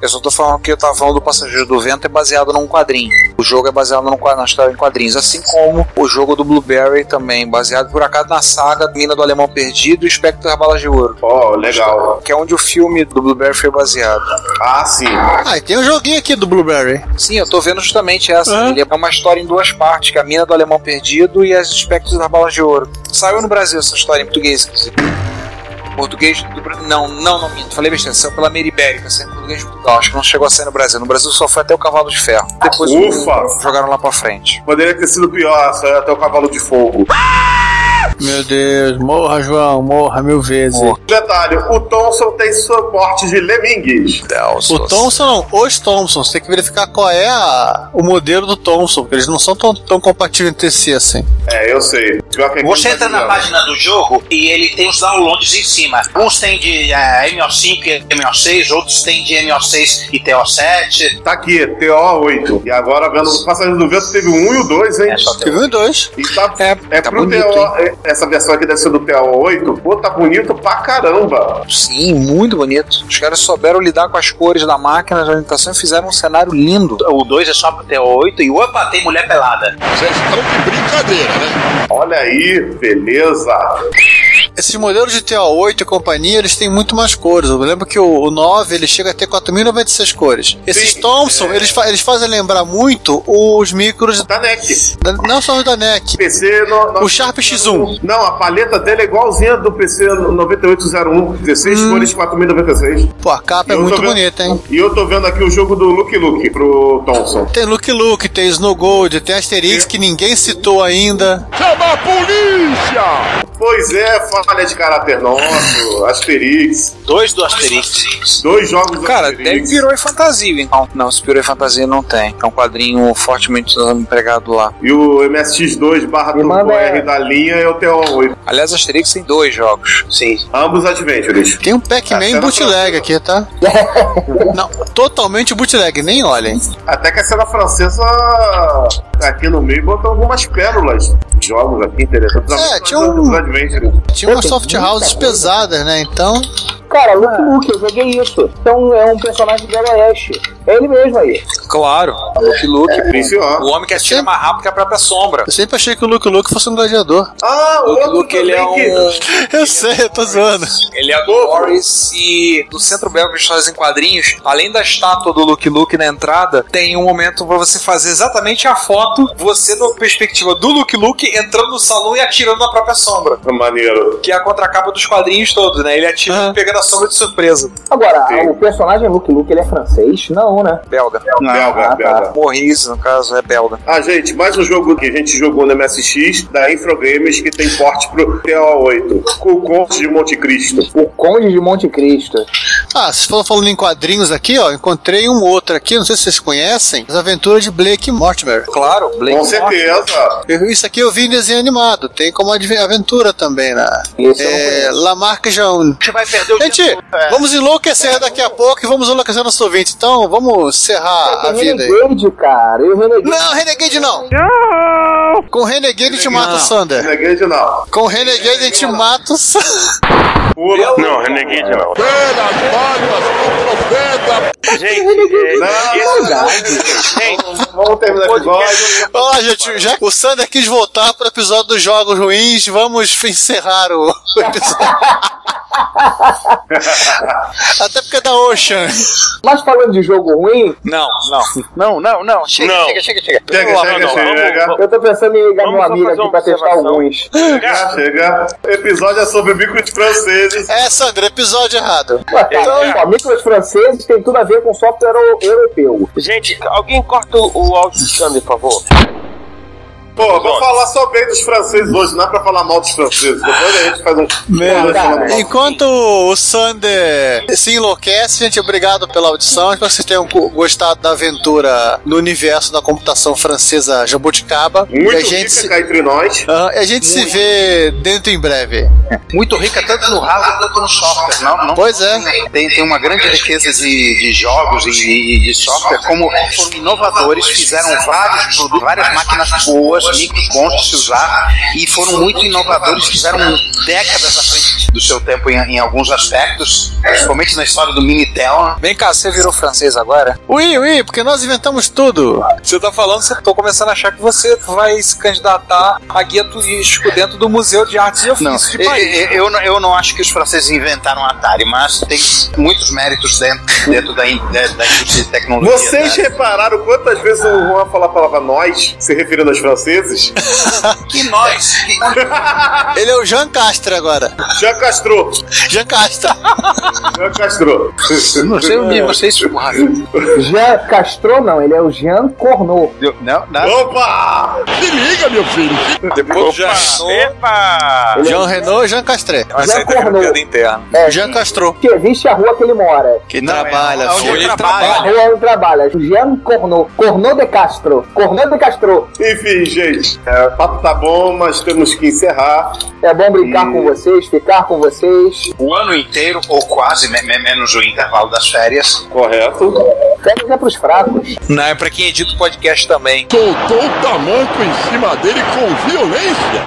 [SPEAKER 7] Eu só tô falando que eu tava falando do Passageiro do Vento é baseado num quadrinho. O jogo é baseado num quadrinho, na história em quadrinhos. Assim como o jogo do Blueberry também, baseado por acaso na saga Mina do Alemão Perdido e Espectro das Balas de Ouro.
[SPEAKER 5] Ó, legal.
[SPEAKER 7] Que é onde o filme do Blueberry foi baseado.
[SPEAKER 5] Ah, sim.
[SPEAKER 4] Ah, e tem um joguinho aqui do Blueberry.
[SPEAKER 7] Sim, eu tô vendo justamente essa. Ele é uma história em duas partes, que é a mina do alemão perdido e as espectros das balas de ouro. Saiu no Brasil essa história em português, inclusive. Português do Bra- Não, não, não minto. Falei besteira, saiu pela Mira Ibérica, saiu em português de Portugal. Acho que não chegou a sair no Brasil. No Brasil só foi até o Cavalo de Ferro. Depois
[SPEAKER 5] Ufa!
[SPEAKER 7] jogaram lá pra frente.
[SPEAKER 5] Poderia ter sido pior, saiu até o Cavalo de Fogo.
[SPEAKER 4] Meu Deus, morra, João, morra mil vezes.
[SPEAKER 7] Morra.
[SPEAKER 5] Detalhe, o Thomson tem suporte de Lemingues.
[SPEAKER 4] O Thompson não, os Thompson, você tem que verificar qual é a- o modelo do Thompson, porque eles não são tão, tão compatíveis entre si assim.
[SPEAKER 5] É, eu sei. Pior que aqui
[SPEAKER 8] Você
[SPEAKER 5] não
[SPEAKER 8] entra
[SPEAKER 5] tá
[SPEAKER 8] na
[SPEAKER 5] ligado.
[SPEAKER 8] página do jogo e ele tem os downloads em cima. Uns tem de eh, MO5 e MO6, outros tem de MO6 e TO7.
[SPEAKER 5] Tá aqui, TO8. E agora, vendo o Passageiro do Vento, teve o 1 e o 2, hein?
[SPEAKER 8] É só ter
[SPEAKER 4] Teve um e dois.
[SPEAKER 5] E tá,
[SPEAKER 7] É,
[SPEAKER 5] é
[SPEAKER 7] tá
[SPEAKER 5] pro
[SPEAKER 7] bonito,
[SPEAKER 5] TO, essa versão aqui deve ser do TO8. Pô, tá bonito pra caramba.
[SPEAKER 7] Sim, muito bonito. Os caras souberam lidar com as cores da máquina, da orientação e fizeram um cenário lindo.
[SPEAKER 8] O 2 é só pro TO8 e opa, tem mulher pelada.
[SPEAKER 10] Vocês estão de brincadeira, né?
[SPEAKER 5] Olha aí, beleza.
[SPEAKER 4] Esses modelos de TA8 e companhia, eles têm muito mais cores. Eu lembro que o, o 9, ele chega a ter 4.096 cores. Esses Thompson, eles, fa- eles fazem lembrar muito os micros...
[SPEAKER 5] Da NEC.
[SPEAKER 4] não só os da NEC.
[SPEAKER 5] PC no,
[SPEAKER 4] o Sharp X1.
[SPEAKER 5] Não, a paleta dele é igualzinha do PC 9801, 16
[SPEAKER 8] Hum.
[SPEAKER 5] cores 4096.
[SPEAKER 4] Pô, a capa é muito bonita, hein?
[SPEAKER 5] E eu tô vendo aqui o jogo do Luke Luke pro Thompson.
[SPEAKER 4] Tem Look Look, tem Snow Gold, tem Asterix, que ninguém citou ainda.
[SPEAKER 10] Chama a polícia!
[SPEAKER 5] Pois é, falha de caráter nosso, Asterix.
[SPEAKER 8] Dois do Asterix.
[SPEAKER 5] Dois jogos do
[SPEAKER 7] Cara,
[SPEAKER 5] Asterix.
[SPEAKER 7] deve virou em fantasia, então. Não, se virou em fantasia não tem. É um quadrinho fortemente empregado lá.
[SPEAKER 5] E o MSX2 barra
[SPEAKER 6] Me manda
[SPEAKER 5] Turbo R
[SPEAKER 6] é.
[SPEAKER 5] da linha é o TO8.
[SPEAKER 7] Aliás, Asterix tem dois jogos.
[SPEAKER 8] Sim.
[SPEAKER 5] Ambos Adventures.
[SPEAKER 4] Tem um Pac-Man
[SPEAKER 5] Até
[SPEAKER 4] bootleg
[SPEAKER 5] na
[SPEAKER 4] aqui, tá? Não, totalmente bootleg, nem olhem.
[SPEAKER 5] Até que a cena francesa aqui no meio botou algumas pérolas de jogos aqui interessantes.
[SPEAKER 4] É, tinha
[SPEAKER 5] Ambos
[SPEAKER 4] um-
[SPEAKER 5] Adventures.
[SPEAKER 4] Tinha umas soft houses pesadas, né? Então,
[SPEAKER 6] Cara, Luke Luke, eu joguei isso. Então é um personagem do Velho Oeste. É ele mesmo aí.
[SPEAKER 7] Claro. Luke Luke.
[SPEAKER 4] É.
[SPEAKER 5] Sim, senhor.
[SPEAKER 7] O homem que atira mais rápido que é a própria sombra.
[SPEAKER 4] eu sempre achei que o Luke Luke fosse um gladiador.
[SPEAKER 5] Ah, o
[SPEAKER 7] Luke
[SPEAKER 5] outro
[SPEAKER 7] Luke, ele é
[SPEAKER 5] também que-
[SPEAKER 7] um...
[SPEAKER 4] Eu sei, eu tô zoando.
[SPEAKER 7] Ele é do Morris e do Centro Belga de Histórias em Quadrinhos, além da estátua do Luke Luke na entrada, tem um momento pra você fazer exatamente a foto, você na perspectiva do Luke Luke entrando no salão e atirando na própria sombra.
[SPEAKER 5] Maneiro.
[SPEAKER 7] Que é a contracapa dos quadrinhos todos, né? Ele atira
[SPEAKER 4] Aham.
[SPEAKER 7] pegando a sombra de surpresa.
[SPEAKER 6] Agora,
[SPEAKER 5] Sim.
[SPEAKER 6] o personagem Luke Luke, ele é francês? Não, né?
[SPEAKER 7] Belga.
[SPEAKER 11] Ah,
[SPEAKER 5] belga,
[SPEAKER 6] tá.
[SPEAKER 5] belga.
[SPEAKER 7] Morris, no caso, é belga.
[SPEAKER 5] Ah, gente, mais um jogo que a gente jogou no MSX da Infogames que tem porte pro TO8. Com o Conte de Monte Cristo.
[SPEAKER 6] O Conde de Monte Cristo.
[SPEAKER 4] Ah, vocês falam falando em quadrinhos aqui, ó, encontrei um outro aqui, não sei se vocês conhecem, As Aventuras de Blake Mortimer.
[SPEAKER 7] Claro, Blake
[SPEAKER 5] Com
[SPEAKER 7] Morris.
[SPEAKER 5] certeza.
[SPEAKER 4] Eu- Isso aqui eu vi em desenho animado, tem como adve- aventura também na
[SPEAKER 6] Esse eu não
[SPEAKER 4] é,
[SPEAKER 6] conheço.
[SPEAKER 4] Lamarck Jaune.
[SPEAKER 8] A gente vai perder o
[SPEAKER 4] Gente,
[SPEAKER 8] tempo. É.
[SPEAKER 4] vamos enlouquecer daqui a pouco e vamos enlouquecer nosso ouvinte, então vamos encerrar a
[SPEAKER 6] um
[SPEAKER 4] vida Tá aí.
[SPEAKER 6] Renegade, cara. Eu reneguei.
[SPEAKER 4] Não, Renegade não! Com Renegade a gente mata o Sander.
[SPEAKER 5] Renegade não.
[SPEAKER 4] Com Renegade a gente mata o Sander.
[SPEAKER 5] Pula.
[SPEAKER 11] Não, Renegade não.
[SPEAKER 10] Pelas palmas do profeta!
[SPEAKER 11] Gente,
[SPEAKER 5] Não,
[SPEAKER 11] é,
[SPEAKER 5] não, não. Vamos- Vamos terminar o episódio.
[SPEAKER 4] Ó, gente, já que o Sander quis voltar pro episódio dos jogos ruins, vamos encerrar o o episódio. Até porque é da Ocean.
[SPEAKER 6] Mas falando de jogo ruim,
[SPEAKER 7] Não,
[SPEAKER 6] não,
[SPEAKER 7] não.
[SPEAKER 6] não, não.
[SPEAKER 11] chega, não. chega, chega, chega.
[SPEAKER 5] Chega, chega, chega.
[SPEAKER 6] Eu tô pensando em ligar
[SPEAKER 11] Vamos
[SPEAKER 6] meu
[SPEAKER 11] só
[SPEAKER 6] amigo
[SPEAKER 11] fazer
[SPEAKER 6] aqui
[SPEAKER 11] uma
[SPEAKER 6] pra testar
[SPEAKER 11] observação.
[SPEAKER 6] alguns.
[SPEAKER 5] Já chega. O episódio é sobre bicos franceses.
[SPEAKER 4] É, Sandra, episódio errado.
[SPEAKER 6] Ué, cara,
[SPEAKER 11] é-
[SPEAKER 6] então, micros franceses tem tudo a ver com software eu- europeu.
[SPEAKER 11] Gente, alguém corta o o áudio do Sander, por favor.
[SPEAKER 5] Pô, vou falar só bem dos franceses hoje, não é pra falar mal dos franceses. Depois a gente faz um. Depois a gente fala mal.
[SPEAKER 4] Enquanto o Sander se enlouquece, gente, obrigado pela audição. Espero que vocês tenham co- gostado da aventura no universo da computação francesa Jabuticaba. e
[SPEAKER 5] Muito
[SPEAKER 4] a gente,
[SPEAKER 5] rica
[SPEAKER 4] se,
[SPEAKER 5] cá entre nós.
[SPEAKER 4] Aham, e a gente se vê dentro em breve.
[SPEAKER 8] Muito rica tanto no hardware quanto no software. Não, não
[SPEAKER 4] Pois é.
[SPEAKER 8] Tem, tem uma grande riqueza de, de jogos e de, de software, como foram inovadores, fizeram vários produtos, várias máquinas boas, micros bons de se usar, e foram muito inovadores, fizeram décadas à frente do seu tempo em, em alguns aspectos, principalmente na história do Minitel. né?
[SPEAKER 7] Vem cá, você virou francês agora?
[SPEAKER 4] Ui, ui, porque nós inventamos tudo.
[SPEAKER 7] Você tá falando, você tô começando a achar que você vai se candidatar a guia turístico dentro do Museu de Artes e
[SPEAKER 8] Não, É,
[SPEAKER 7] Ofícios de
[SPEAKER 8] eu,
[SPEAKER 7] Paris.
[SPEAKER 8] eu- eu não- eu não acho que os franceses inventaram o Atari, mas tem muitos méritos dentro, dentro da, in- da, da indústria de tecnologia. né?
[SPEAKER 5] Vocês
[SPEAKER 8] da-
[SPEAKER 5] repararam quantas vezes o Juan fala a palavra nós, se referindo aos franceses?
[SPEAKER 8] que nós, que
[SPEAKER 4] Ele é o Jean Castro agora.
[SPEAKER 5] Jean Castro.
[SPEAKER 4] Jean Castro.
[SPEAKER 5] Jean Castro.
[SPEAKER 8] Não sei o nome, vocês
[SPEAKER 6] Jean Castro não, ele é o Jean Cornot.
[SPEAKER 8] Não, não.
[SPEAKER 5] Opa!
[SPEAKER 10] Se liga, meu filho!
[SPEAKER 7] Depois já
[SPEAKER 11] Epa!
[SPEAKER 6] é
[SPEAKER 4] Jean Renault, Jean Castré.
[SPEAKER 7] Mas
[SPEAKER 6] Já
[SPEAKER 7] aí teve uma
[SPEAKER 6] cornou.
[SPEAKER 7] piada interna.
[SPEAKER 6] É,
[SPEAKER 4] Jean Castro.
[SPEAKER 6] que existe a rua que ele mora.
[SPEAKER 4] Que
[SPEAKER 8] Não,
[SPEAKER 4] trabalha,
[SPEAKER 8] é onde
[SPEAKER 4] filho.
[SPEAKER 8] ele
[SPEAKER 4] Ah,
[SPEAKER 6] A
[SPEAKER 8] trabalha.
[SPEAKER 6] rua onde trabalha. Jean Cornot. Cornot de Castro. Cornot de Castro.
[SPEAKER 5] Enfim, gente, é, o papo tá bom, mas temos que encerrar.
[SPEAKER 6] É bom brincar com vocês, ficar com vocês.
[SPEAKER 8] O ano inteiro, ou quase, me- me- menos o intervalo das férias.
[SPEAKER 5] Correto.
[SPEAKER 6] Férias é pros fracos.
[SPEAKER 7] Não, é pra quem edita o podcast também.
[SPEAKER 10] Soltou o tamanco em cima dele com violência!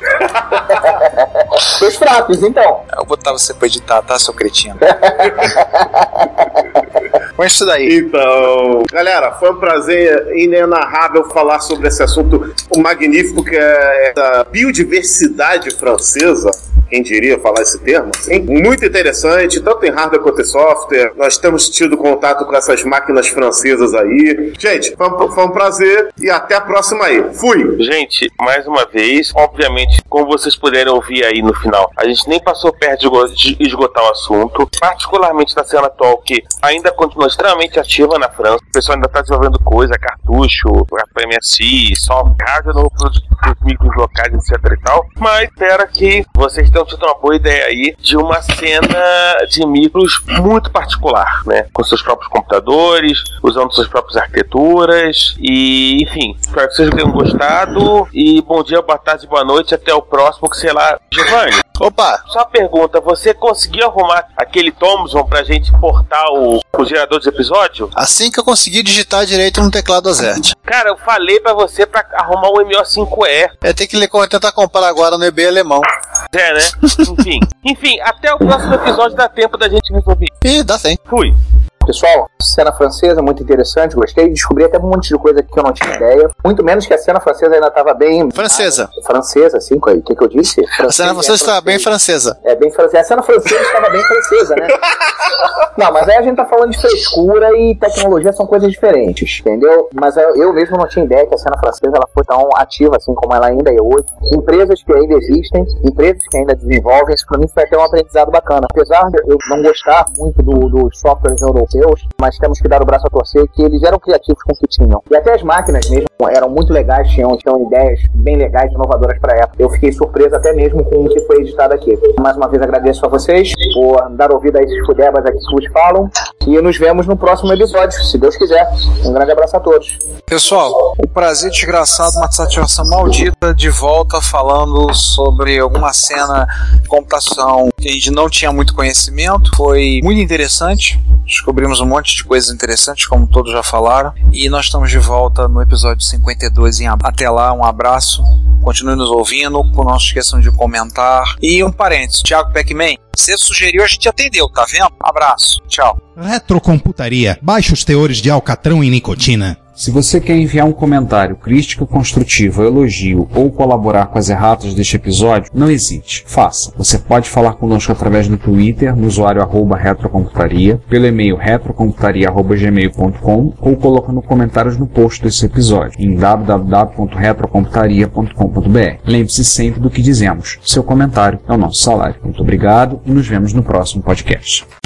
[SPEAKER 6] Pros fracos, então.
[SPEAKER 7] Eu vou botar você pra editar, tá, seu cretino?
[SPEAKER 4] com isso daí.
[SPEAKER 5] Então, galera, foi um prazer inenarrável falar sobre esse assunto magnífico que é a biodiversidade francesa. Quem diria falar esse termo? Sim. Muito interessante, tanto em hardware quanto em software. Nós temos tido contato com essas máquinas francesas aí. Gente, foi um, foi um prazer e até a próxima aí. Fui!
[SPEAKER 11] Gente, mais uma vez, obviamente, como vocês puderam ouvir aí no final, a gente nem passou perto de esgo- de esgotar o assunto, particularmente na cena atual que ainda continua extremamente ativa na França. O pessoal ainda está desenvolvendo coisa, cartucho, FMSI, só casa no produto dos micros locais, etc e tal. Mas é, espero que vocês tenham tido uma boa ideia aí de uma cena é, de micros muito particular, né? Com seus próprios computadores, usando suas próprias arquiteturas e, enfim, espero que vocês tenham gostado e bom dia, boa tarde, boa noite, até o próximo, que sei lá, Giovanni.
[SPEAKER 4] Opa!
[SPEAKER 11] Só uma pergunta, você conseguiu arrumar aquele Thomson pra gente portar o, o gerador de episódio?
[SPEAKER 4] Assim que eu consegui digitar direito no teclado Azerte.
[SPEAKER 11] Cara, eu falei pra você pra arrumar um o MO5E.
[SPEAKER 4] É ter que le- tentar comprar agora no eBay alemão.
[SPEAKER 11] É, né? Enfim. Enfim, até o próximo episódio dá tempo da gente resolver.
[SPEAKER 4] Ih, dá sim.
[SPEAKER 11] Fui.
[SPEAKER 6] Pessoal, cena francesa, muito interessante, gostei. Descobri até um monte de coisa que eu não tinha ideia. Muito menos que a cena francesa ainda estava bem.
[SPEAKER 4] Francesa. é
[SPEAKER 6] Francesa, assim, o que, que Ah, eu é disse?
[SPEAKER 4] A cena
[SPEAKER 6] Francesa,
[SPEAKER 4] francesa estava tá bem francesa.
[SPEAKER 6] É bem francesa. A cena francesa estava bem francesa, né? Não, mas aí a gente tá falando de frescura e tecnologia são coisas diferentes, entendeu? Mas eu, eu mesmo não tinha ideia que a cena francesa ela foi tão ativa assim como ela ainda é hoje. Empresas que ainda existem, empresas que ainda desenvolvem, isso pra mim foi até um aprendizado bacana. Apesar de eu não gostar muito do- dos softwares europeus, mas temos que dar o braço a torcer que eles eram criativos com o que tinham. E até as máquinas mesmo eram muito legais, tinham, tinham ideias bem legais, inovadoras pra época. Eu fiquei surpreso até mesmo com o que foi editado aqui. Mais uma vez agradeço a vocês por dar ouvido a esses fudebas aqui que vos falam. E nos vemos no próximo episódio, se Deus quiser. Um grande abraço a todos.
[SPEAKER 7] Pessoal, um prazer desgraçado, uma satisfação maldita de volta falando sobre alguma cena de computação que a gente não tinha muito conhecimento. Foi muito interessante. Descobrimos um monte de coisas interessantes, como todos já falaram. E nós estamos de volta no episódio 52. Em ab- Até lá, um abraço. Continue nos ouvindo. Não se esqueçam de comentar. E um parênteses: Thiago Pac-Man, você sugeriu, a gente atendeu, tá vendo? Abraço. Tchau.
[SPEAKER 12] Retrocomputaria. Baixos teores de alcatrão e nicotina.
[SPEAKER 13] Se você quer enviar um comentário, crítica construtiva, elogio ou colaborar com as erratas deste episódio, não hesite, faça. Você pode falar conosco através do Twitter, no usuário arroba retrocomputaria, pelo e-mail retrocomputaria.gmail.com ou coloca nos comentários no post desse episódio, em www.retrocomputaria.com.br. Lembre-se sempre do que dizemos. Seu comentário é o nosso salário. Muito obrigado e nos vemos no próximo podcast.